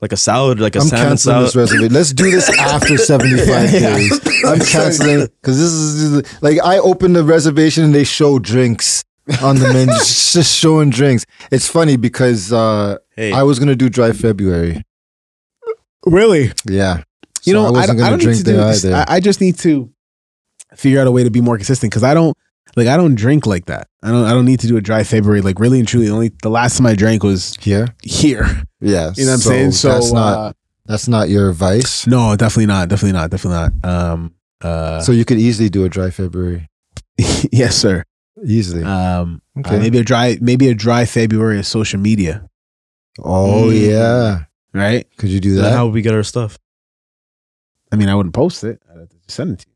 Like a salad, like a
I'm
salmon
canceling
salad.
this reservation. Let's
*laughs*
do this after 75 days. I'm canceling because this is like I opened the reservation and they show drinks on
*laughs*
the menu, just showing drinks. It's funny because uh,
hey,
I was gonna do dry February.
really,
Yeah,
you
So
know, I,
wasn't
don't, I
gonna
don't need to do this. I, I just need to figure out a way to be more consistent because I don't like I don't drink like that. I don't I don't need to do a dry February. Like really and truly, the only the last time I drank was
Here,
here. *laughs*
yeah,
You know what I'm
so
saying? So
that's not
uh,
that's not your advice.
no, definitely not. Definitely not. Definitely not. Um. Uh. *laughs*
So you could easily do a dry February.
yes, sir.
Easily.
Um. uh,
Okay.
maybe a dry maybe a dry February of social media.
oh
Mm.
yeah,
Right.
could you do
then
that?
how would we get our stuff?
I mean, I wouldn't post
*laughs*
it. I'd have to send it to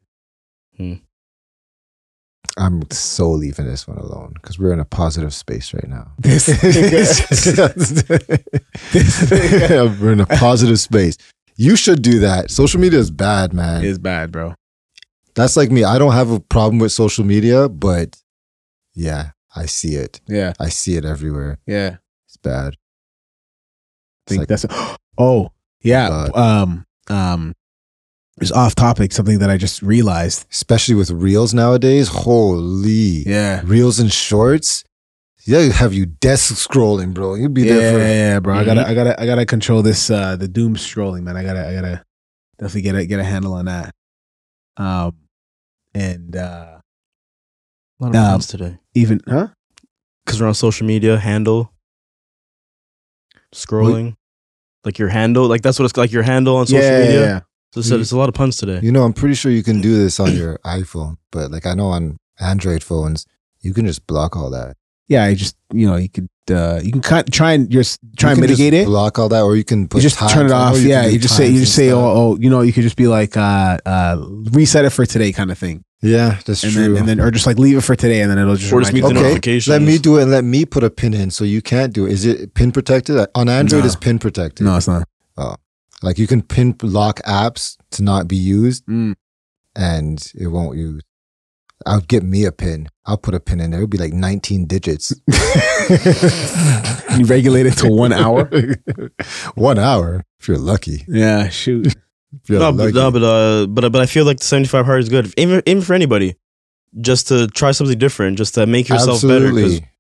you.
I'm so leaving this one alone because we're in a positive space right *laughs* now.
*laughs* This
We're in a positive space. You should do that. Social media is bad, man.
is *laughs* bad, bro.
That's like me. I don't have a problem with social media, but yeah, I see it.
Yeah.
I see it everywhere.
Yeah.
It's bad. It's
think
like-
that's oh yeah
God.
um um it's off topic something that i just realized
especially with reels nowadays. Holy
yeah
reels and shorts. Yeah, have you desk scrolling, bro. You'd be
yeah,
there
yeah, bro i gotta i gotta i gotta control this uh the doom strolling man i gotta i gotta definitely get a get a handle on that um and uh
A lot of
Um,
plans today.
even huh
Because we're on social media, handle, scrolling. Like your handle, like that's what it's like your handle on social media. So it's, it's a lot of puns today.
for you know, I'm pretty sure you can do this on your iPhone, but like I know on Android phones, you can just block all that.
yeah i just you know you could uh you can cut, try and just try
You
and
can just
mitigate it
Block all that, or you can put
you just
times
turn it
on, or
off.
can
yeah,
do
you just say
times
you just
and
say oh,
stuff.
oh you know you could just be like uh uh reset it for today kind of thing,
Yeah, that's
oh. and
true.
then and then or just like leave it for today and then it'll just
Or just
remind
mute
you.
the
Okay,
notifications.
let me do it and let me put a pin in so you can't do it. Is it pin protected? On Android,
No.
it's pin protected.
No, it's not.
Like you can pin lock apps to not be used
Mm. *laughs*
and it won't use. I'll get me a pin. I'll put a pin in there. It'll be like 19
*laughs*
digits. *laughs*
You regulate it *laughs* to one hour.
One hour, if you're lucky.
Yeah, shoot.
If you're
no,
lucky.
but, no, but uh, but but I feel like the seventy five hard is good, even even for anybody, just to try something different, just to make yourself
Absolutely.
better. Because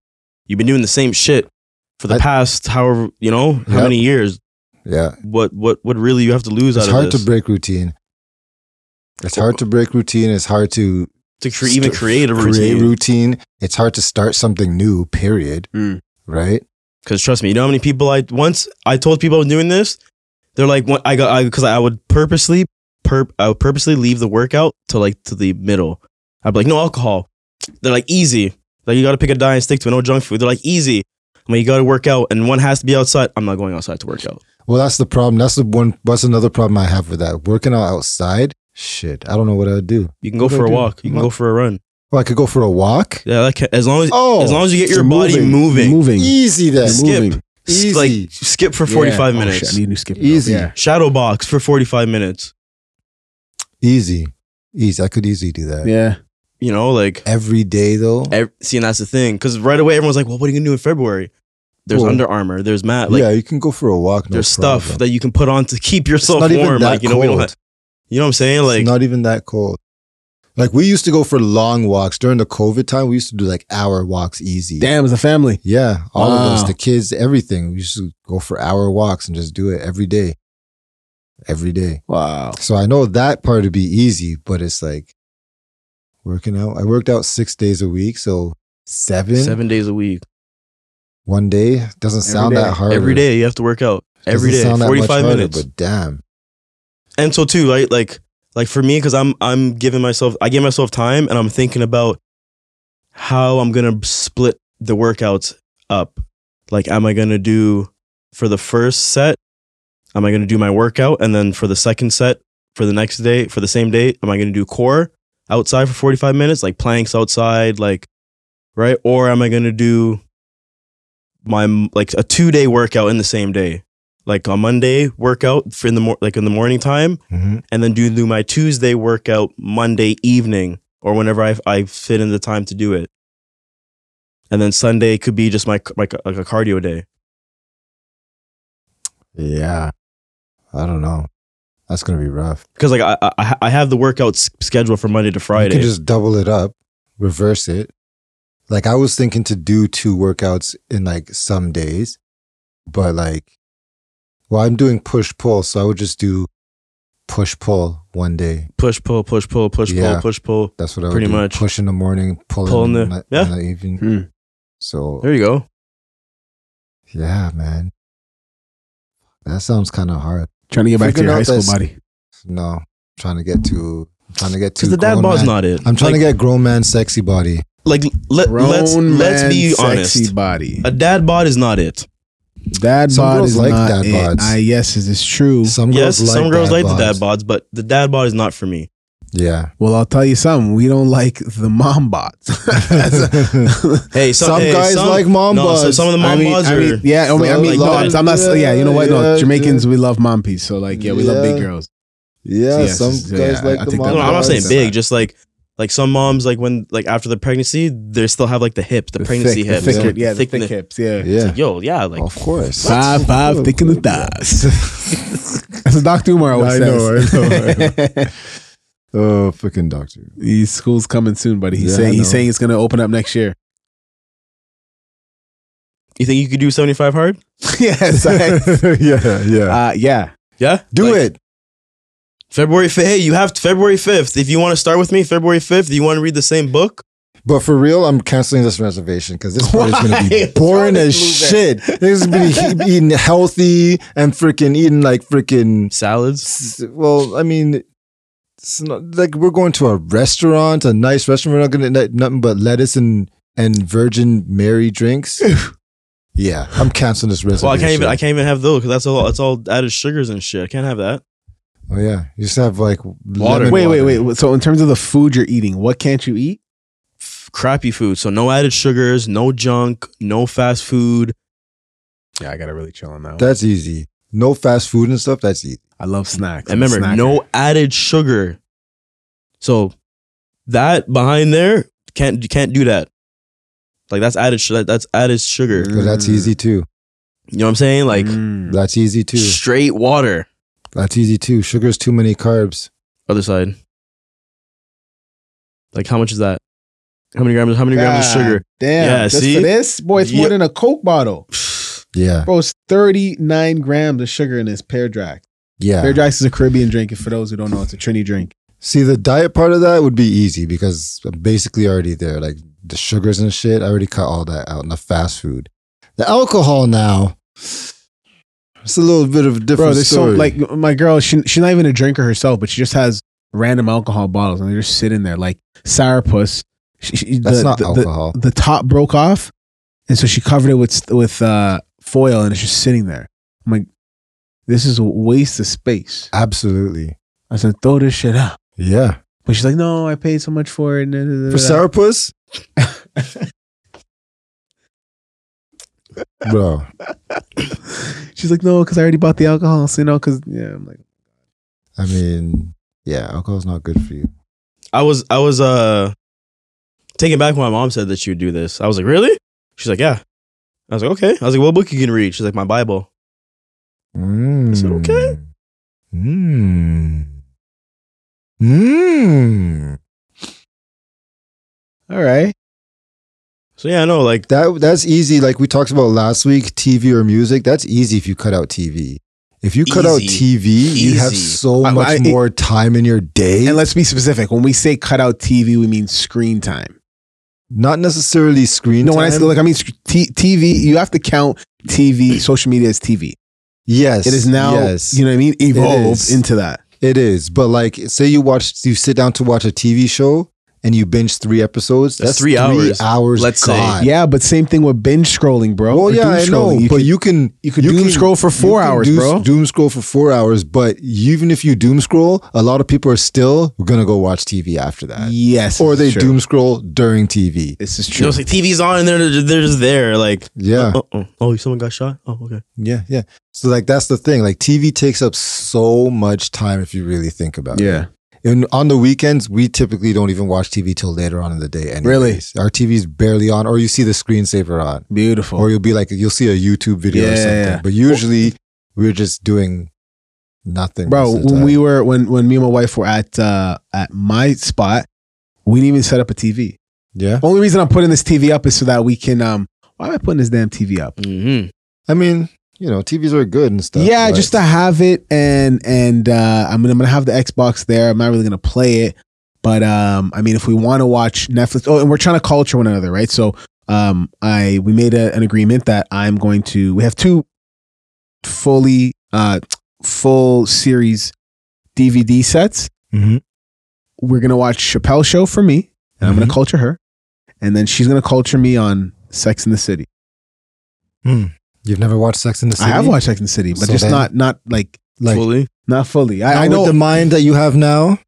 you've been doing the same shit for the
I-
past however you know how
Yep.
many years.
yeah.
What what what really you have to lose
It's
out
hard
of this
to break routine. It's hard to break routine. It's hard to
to cre- even
st-
create a
Create
routine?
routine. It's hard to start something new, period.
Mm.
Right?
Because trust me, you know how many people I once I told people I was doing this, they're like, "What I got?" Because I, would purposely, perp, I would purposely leave the workout to like to the middle. I'd be like, "No alcohol." They're like, "Easy." Like you got to pick a diet and stick to it. No junk food. They're like, "Easy." I'm like, "You got to work out, and one has to be outside." I'm not going outside to work out.
Well, that's the problem. That's the one. That's another problem I have with that. Working out outside Shit, I don't know what I would do.
You can go
What do
for
I
a
do?
walk. You can go for a run.
Well, I could go for a walk.
Yeah, that can, as long as
Oh,
as long as you get your body
Moving,
moving,
Moving.
easy then.
Skip.
Moving.
S-
Easy.
like skip for forty five
Yeah. Oh,
minutes.
shit, I need to skip it.
Easy.
Yeah.
Shadow box for forty five minutes.
Easy, easy. I could easily do that.
Yeah.
You know, like
Every day though.
ev- see, and that's the thing because right away everyone's like, "Well, what are you gonna do in February?" There's
Well,
Under Armour. There's Matt. Like
yeah, you can go for a walk. No
there's
problem.
stuff that you can put on to keep yourself
not even
warm.
that
Like you know, we don't.
cold.
Have, you know what I'm saying? Like
it's not even that cold. Like we used to go for long walks during the COVID time. We used to do like hour walks easy.
Damn, as a family.
Yeah, all of us,
Wow.
the kids, everything. We used to go for hour walks and just do it every day, every day.
Wow.
So I know that part would be easy, but it's like working out. I worked out six days a week, so seven,
seven days a week,
one day doesn't sound
day.
that hard.
every day you have to work out. Every
Doesn't
day,
sound that much
forty five
harder,
minutes.
But damn,
and so too right like like for me because i'm i'm giving myself i give myself time and i'm thinking about how i'm gonna split the workouts up like am i gonna do for the first set am i gonna do my workout and then for the second set for the next day for the same day am i gonna do core outside for 45 minutes like planks outside like right or am i gonna do my like a two day workout in the same day like on monday workout for in the mor- like in the morning time
Mhm.
and then do, do my Tuesday workout Monday evening or whenever I, I fit in the time to do it. And then Sunday could be just my like like a cardio day.
yeah, I don't know. That's gonna be rough.
Because like I, I I have the workouts scheduled for Monday to Friday.
You can just double it up, reverse it. Like I was thinking to do two workouts in like some days, but like, well, I'm doing push pull, so I would just do push pull one day.
push pull push pull push
Yeah.
pull push pull.
That's what I
Pretty
would do.
much.
push in the morning, pull,
Pull
in,
in
the,
the-
ni-
yeah.
in the evening.
Hmm.
So
There you go.
yeah, man, that sounds kind of hard.
Trying to get back to
Figuring
your
out
high school
that's-
body.
No, trying to get to trying to get to
Because the dad
grown
bod's
man-
not it.
I'm trying to get grown man sexy body.
like let
Grown
let's let's
man,
be honest.
Sexy body.
A dad bod is not it.
Dad
Some
bod
girls
is
like
not
dad
it.
bods.
I yes, it is true.
Some
yes,
girls like
some girls
dad
like the dad
bods.
bods, but the dad bod is not for me.
Yeah.
Well, I'll tell you something. We don't like the mom *laughs* bots. *laughs*
Hey, *laughs* some,
*laughs* Some
hey,
guys
some-
like mom
no, so
bods.
some of the
I
mom
mean,
bods
I
are.
mean, yeah, I mean, I
Some
mean, no,
like-
I'm not. Yeah, you know what? No,
Yeah,
Jamaicans, we love mompies. So like, yeah, we love big
Yeah.
girls.
yeah,
Yes,
some
yeah,
guys
I-
like
I
the
think
mom.
that-
No, no, I'm not
bods.
saying big. Just like like some moms, like when like after the pregnancy, they still have like the hip, the, pregnancy
thick,
hip,
the thick,
like,
yeah, the thick
thickness.
hips, yeah.
Yeah,
Yo, yeah, like
of course.
Five, five, thick in the *laughs* thighs. That's what Dr. Umar always
I know,
says.
I know,
*laughs*
Oh, fucking doctor.
He- school's coming soon, buddy. He's
Yeah, I
saying he's
know.
saying it's gonna open up next *laughs* year.
you think you could do 75 hard?
yes, I- *laughs*
yeah, yeah.
uh, *laughs* yeah.
Yeah,
Do
Like,
it.
February 5th. Hey, you have February 5th. If you want to start with me, February 5th. You want to read the same book?
But for real, I'm canceling this reservation because this party's
*laughs*
gonna be boring as shit. This is gonna be he- eating healthy and freaking eating like freaking.
Salads.
Well, I mean, it's not like we're going to a restaurant, a nice restaurant. We're not gonna eat nothing but lettuce and and Virgin Mary drinks. yeah, I'm canceling this reservation.
Well, I can't even. I can't even have those because that's all. That's all added sugars and shit. I can't have that.
Oh yeah, you just have like
Water.
lemon
Wait, wait, wait. So in terms of the food you're eating, what can't you eat?
F- Crappy food. So no added sugars, no junk, no fast food.
Yeah, I gotta really chill on that. one.
That's easy. No fast food and stuff. That's easy.
I love snacks.
And remember,
I'm a snacker.
no added sugar. So that behind there can't you can't do that. Like that's added su- that's added sugar.
Mm.
But that's easy too.
You know what I'm saying? Like
Mm.
That's easy too.
straight water.
That's easy too. Sugar's too many carbs.
Other side. Like how much is that? How many grams? How many grams of
God
sugar?
Damn.
Yeah,
just
see?
for this, boy, it's more
Yeah.
than a Coke bottle,
Yeah,
bro. It's thirty nine grams of sugar in this pear drax. Pear
yeah.
drax is a Caribbean drink, and for those who don't know, it's a Trini drink.
See, the diet part of that would be easy because I'm basically already there. Like the sugars and shit, I already cut all that out. And the fast food, the alcohol now. It's a little bit of a different
Bro, there's
story.
so like my girl, she, she's not even a drinker herself, but she just has random alcohol bottles, and they're just sitting there like sourpuss. She, she,
that's
the-
not
the- the-
alcohol.
the top broke off, and so she covered it with with uh, foil, and it's just sitting there. I'm like, this is a waste of space.
Absolutely.
I said, throw this shit out.
Yeah.
But she's like, no, I paid so much for it. and da, da, da,
For
da."
sourpuss?
*laughs*
Bro,
she's like, no, because I already bought the alcohol. So, you know, because, yeah, I'm like,
I mean, yeah, alcohol's not good for you.
I was I was uh taken back when my mom said that she would do this. I was like, really? She's like, yeah. I was like, okay. I was like, what book you can read? She's like, my Bible.
Mm.
Is it okay?
Mmm. Mmm.
all right.
So yeah, I know. Like,
That that's easy. Like we talked about last week, TV or music. That's easy if you cut out TV. If you cut out
Easy.
TV, you have
Easy.
so
I-
much
I-
more time in your day.
And let's be specific. When we say cut out TV, we mean screen time.
not necessarily screen
no,
time.
when I say, like, I mean sc- t- TV, you have to count TV, social media as TV.
yes,
It is now,
Yes,
you know what I mean, evolved
is.
into that.
it is. But like, say you watch, you sit down to watch a TV show and you binge three episodes.
That's
That's,
three hours,
hours.
let's say.
gone.
Yeah, but same thing with binge scrolling, bro.
Well,
or
yeah,
doom
I know,
scrolling. You
but
can-
you can
you could doom scroll for four
you can
hours,
doom-
bro.
Doom scroll for four hours, but even if you doom scroll, a lot of people are still gonna go watch TV after that,
yes,
or
this
they
is true.
doom scroll during TV.
This is
you know,
true.
it's like TV's on and they're they're just there. Like,
Yeah,
oh, oh, oh, someone got shot. Oh, okay.
yeah, yeah. So like that's the thing. Like TV takes up so much time if you really think about it.
Yeah,
And on the weekends, we typically don't even watch TV till later on in the day. Anyways.
Really?
our TV's barely on, or you see the screensaver on,
beautiful.
or you'll be like you'll see a YouTube video
Yeah,
or something.
yeah.
But usually, we're just doing nothing,
bro
most of the
when
time.
we were when when me and my wife were at uh at my spot we didn't even set up a tv
yeah.
only reason i'm putting this tv up is so that we can um why am i putting this damn tv up
Mm-hmm.
I mean, you know, TVs are good and stuff.
yeah
but-
just to have it and and uh i mean i'm gonna have the xbox there i'm not really gonna play it but um i mean if we want to watch netflix oh and we're trying to culture one another right so um i we made a, an agreement that i'm going to we have two fully uh full series dvd sets
Mhm.
we're gonna watch Chappelle show for me, and I'm gonna culture her, and then she's gonna culture me on Sex in the City.
You've never watched Sex in the City.
I have watched Sex in the City, but
So
just
then-
not not like
like
Fully.
not fully.
not
I, I know.
with the mind that you have now,
what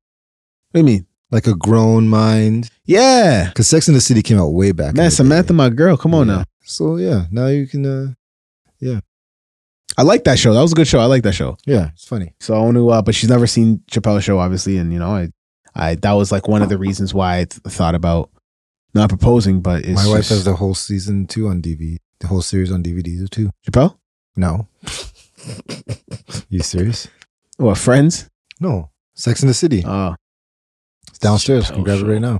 do you mean?
like a grown mind.
Yeah,
Because Sex in the City came out way back. in
man,
the
Samantha,
day.
my girl, come on
Yeah.
now.
So yeah, now you can. uh
I like that show. That was a good show. I like that show.
Yeah, it's funny.
So I want to, uh, but she's never seen Chappelle show, obviously, and you know, I, I that was like one of the reasons why I th- thought about not proposing, but it's
My wife
just-
has the whole season two on DVD. The whole series on DVD too.
Chappelle.
No. you serious?
What friends?
No. Sex in the City.
Oh,
It's downstairs.
Chappelle
you can grab
show.
it
*laughs*
right now.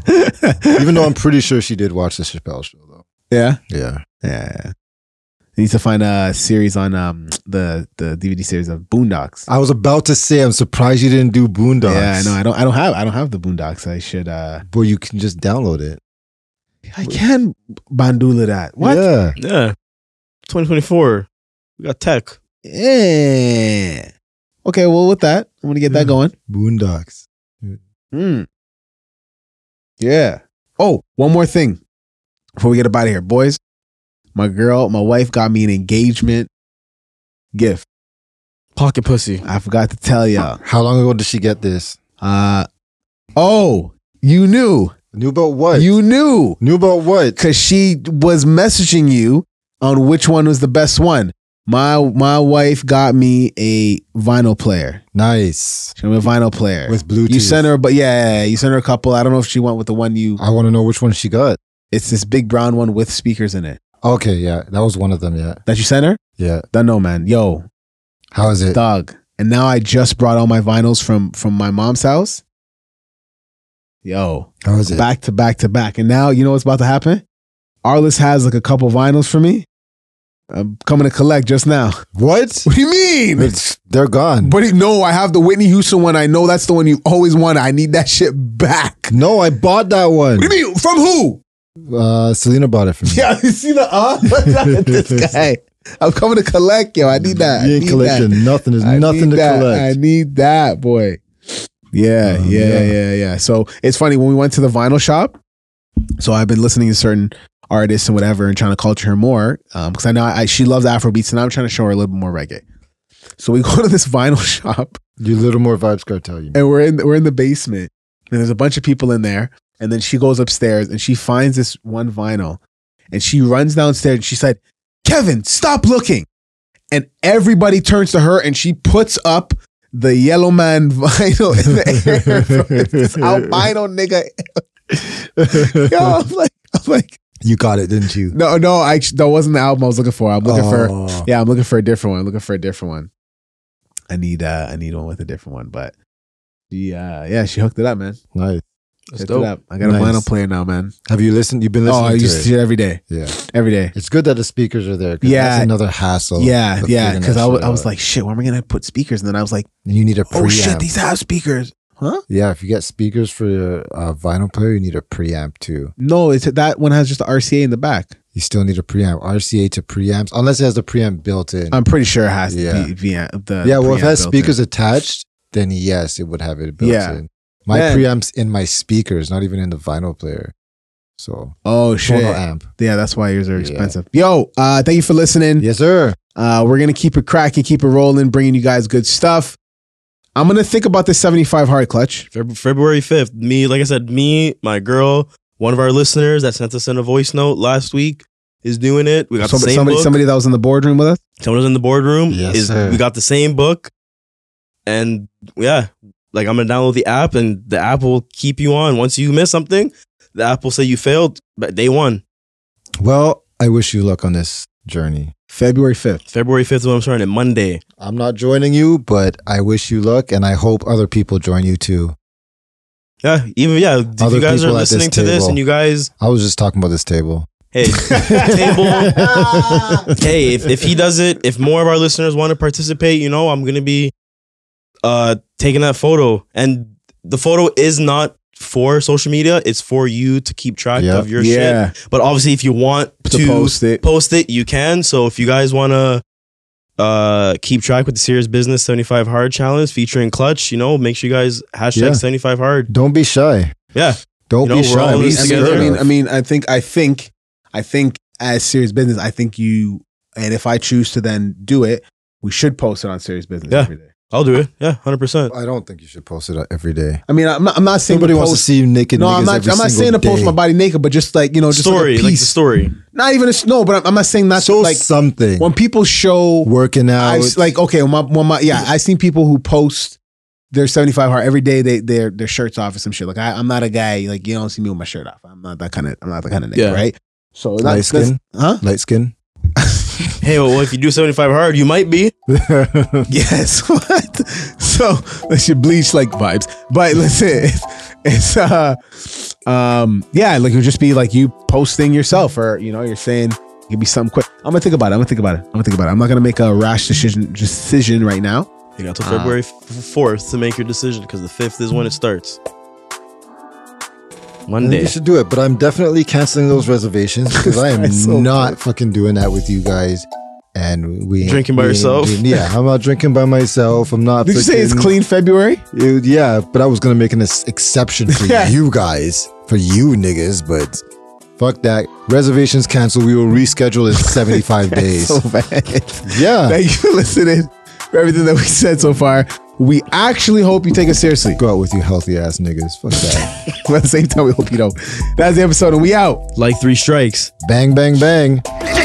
Chappelle.
Even though I'm pretty sure she did watch the Chappelle show though.
yeah.
Yeah.
*laughs* Yeah. I need to find a series on um the the DVD series of Boondocks.
I was about to say I'm surprised you didn't do Boondocks.
Yeah, no, I don't. I don't have. I don't have the Boondocks. I should. uh
But you can just download it.
I can bandula that. What? Yeah.
Yeah.
Yeah. 2024. We got tech.
Eh. Okay. Well, with that, I'm gonna get
Yeah.
that going.
Boondocks.
Hmm. Yeah. Oh, one more thing before we get up out of here, boys. My girl, my wife got me an engagement gift.
Pocket pussy.
I forgot to tell y'all.
How long ago did she get this?
Uh oh, you knew.
Knew about what?
You knew.
knew about what?
because she was messaging you on which one was the best one. My my wife got me a vinyl player.
Nice.
She got me a vinyl player
With Bluetooth.
You sent her, but yeah, yeah, yeah, you sent her a couple. I don't know if she went with the one you.
I want to know which one she got.
It's this big brown one with speakers in it
Okay, yeah, that was one of them. Yeah,
that you sent her.
yeah.
Don't know, man. Yo,
How is it?
dog. And now I just brought all my vinyls from from my mom's house. Yo,
How is it?
back to back to back. And now you know what's about to happen. Arliss has like a couple vinyls for me. I'm coming to collect just now. *laughs*
What?
What do you mean?
It's, they're gone.
But he- no, I have the Whitney Houston one. I know that's the one you always wanted. I need that shit back.
no, I bought that one.
What do you mean? From who?
Uh, Selena bought it for me.
*laughs* Yeah, you see the uh? *laughs*
*laughs*
this guy. I'm coming to collect, yo. I *laughs* need that. I
You ain't
need
collecting
that.
nothing. There's
I
nothing
need
to
that.
collect.
I need that, boy. Yeah,
Um,
yeah, yeah,
yeah.
yeah, yeah. So it's funny when we went to the vinyl shop. So I've been listening to certain artists and um, whatever, and trying to culture her more because I know I, she loves Afrobeats, and I'm trying to show her a little bit more reggae. So we *laughs* go to this vinyl shop
You little more vibes cartel, you.
and we're in we're in the basement and there's a bunch of people in there and then she goes upstairs and she finds this one vinyl and she runs downstairs and she said kevin stop looking and everybody turns to her and she puts up the yellow man *laughs* vinyl in the air bro. It's this albino nigga *laughs* Yo, I'm like, I'm like,
*laughs* You got it, didn't you?
no, no, I that wasn't the album I was looking for. I'm looking for
Oh.
yeah, I'm looking for a different one. I'm looking for a different one. I need uh I need one with a different one, but she uh yeah, she hooked it up, man.
Nice.
That's
Hooked
dope.
it up. I got
Nice.
a vinyl player now, man.
Have you listened? You've been
oh, I
listening
used to
to it.
do it every day.
Yeah.
Every day.
It's good that the speakers are there. 'cause
Yeah.
That's another hassle.
yeah,
of
yeah.
figuring
Cause
that
I wa-
shit
I was
out.
like, shit, where am I gonna put speakers? And then I was like,
you need a
oh
preamp.
shit, these have speakers. Huh?
yeah. If you get speakers for your uh, vinyl player, you need a preamp too.
No, it's that one has just the RCA in the back.
You still need a preamp. RCA to preamps, unless it has the preamp built in.
I'm pretty sure it has
Yeah.
the, the, the
yeah. Well, if it
Um, preamp
has
built in.
speakers attached, then yes, it would have it built
Yeah.
in. My
Man.
preamp's in my speakers, not even in the vinyl player. So
Oh shit.
mono amp.
Yeah, that's why yours are
Yeah.
expensive. Yo, uh, thank you for listening.
Yes, sir.
Uh, we're gonna keep it cracking, keep it rolling, bringing you guys good stuff. I'm gonna think about this 75 hard clutch.
Feb- February 5th, me, like I said, me, my girl, one of our listeners that sent us in a voice note last week is doing it. We got
Somebody,
the same
somebody,
book.
somebody that was in the boardroom with us.
Someone was in the boardroom.
Yes,
is,
sir.
we got the same book. And yeah, like I'm going to download the app and the app will keep you on. Once you miss something, the app will say you failed but day one.
Well, I wish you luck on this journey.
February 5th.
February 5th is when I'm starting it, Monday.
I'm not joining you, but I wish you luck, and I hope other people join you too.
Yeah, even, yeah, if
Other
you guys are
people at this
listening to this
table.
and you guys,
I was just talking about this table. *laughs*
hey, table. hey, if, if he does it, if more of our listeners want to participate, you know, I'm gonna be uh taking that photo. And the photo is not for social media, it's for you to keep track
Yeah.
of your
yeah,
shit. But obviously if you want
to,
to, post.
post it.
it, you can. So if you guys wanna uh keep track with the serious business 75 hard challenge featuring clutch, you know, make sure you guys hashtag
Yeah.
75 hard.
Don't be shy.
Yeah.
Don't
You know,
be
we're
shy.
all in
Be
this
I mean,
scared
together.
I
of.
mean, I mean, I think, I think, I think, as serious business, I think you, and if I choose to then do it, we should post it on serious business
Yeah.
every day.
I'll do it. Yeah, hundred percent.
I don't think you should post it every day.
I mean, I'm not, I'm not saying
Somebody
to
wants to
post-
see you naked.
No,
niggas
I'm not.
every
I'm not
single
saying to post
day.
my body naked, but just like you know, Oh, just
Story,
like a
like, the
piece.
story.
not even a s- no, but I'm, I'm not saying not
Show
to, like
something.
when people show
Working out.
I s- like okay, when my, when my yeah, I seen people who post their 75 hard every day. They their their shirts off or some shit. Like I, I'm not a guy like you don't see me with my shirt off. I'm not that kind of. I'm not that kind of nigga,
Yeah.
right? So not,
light skin.
huh?
Light skin.
Hey, well if you do 75 hard, you might be.
*laughs* Yes. *laughs* What? So that should bleach like vibes. But listen, *laughs* it's, it's uh um yeah, like it would just be like you posting yourself or you know, you're saying it could be something quick. I'm gonna think about it. I'm gonna think about it. I'm gonna think about it. I'm not gonna make a rash decision decision right now.
You got till February fourth to make your decision because the fifth is when it starts. Monday.
You should do it, but I'm definitely canceling those reservations because *laughs* I am
so
not fucking doing that with you guys. And we
Drinking by
we-
yourself?
yeah, I'm not drinking by myself. I'm not.
Did you say it's
fucking-
clean February?
It- yeah, but I was gonna make an ex- exception for
*laughs* Yeah.
you guys, for you niggas, but fuck that. Reservations canceled. We will reschedule in *laughs* 75 days.
So bad.
yeah,
Thank you for listening for everything that we said so far. We actually hope you take us seriously.
go out with you healthy ass niggas. Fuck that.
*laughs* But at the same time, we hope you don't. That's the episode, and we out.
like three strikes.
bang, bang, bang.
This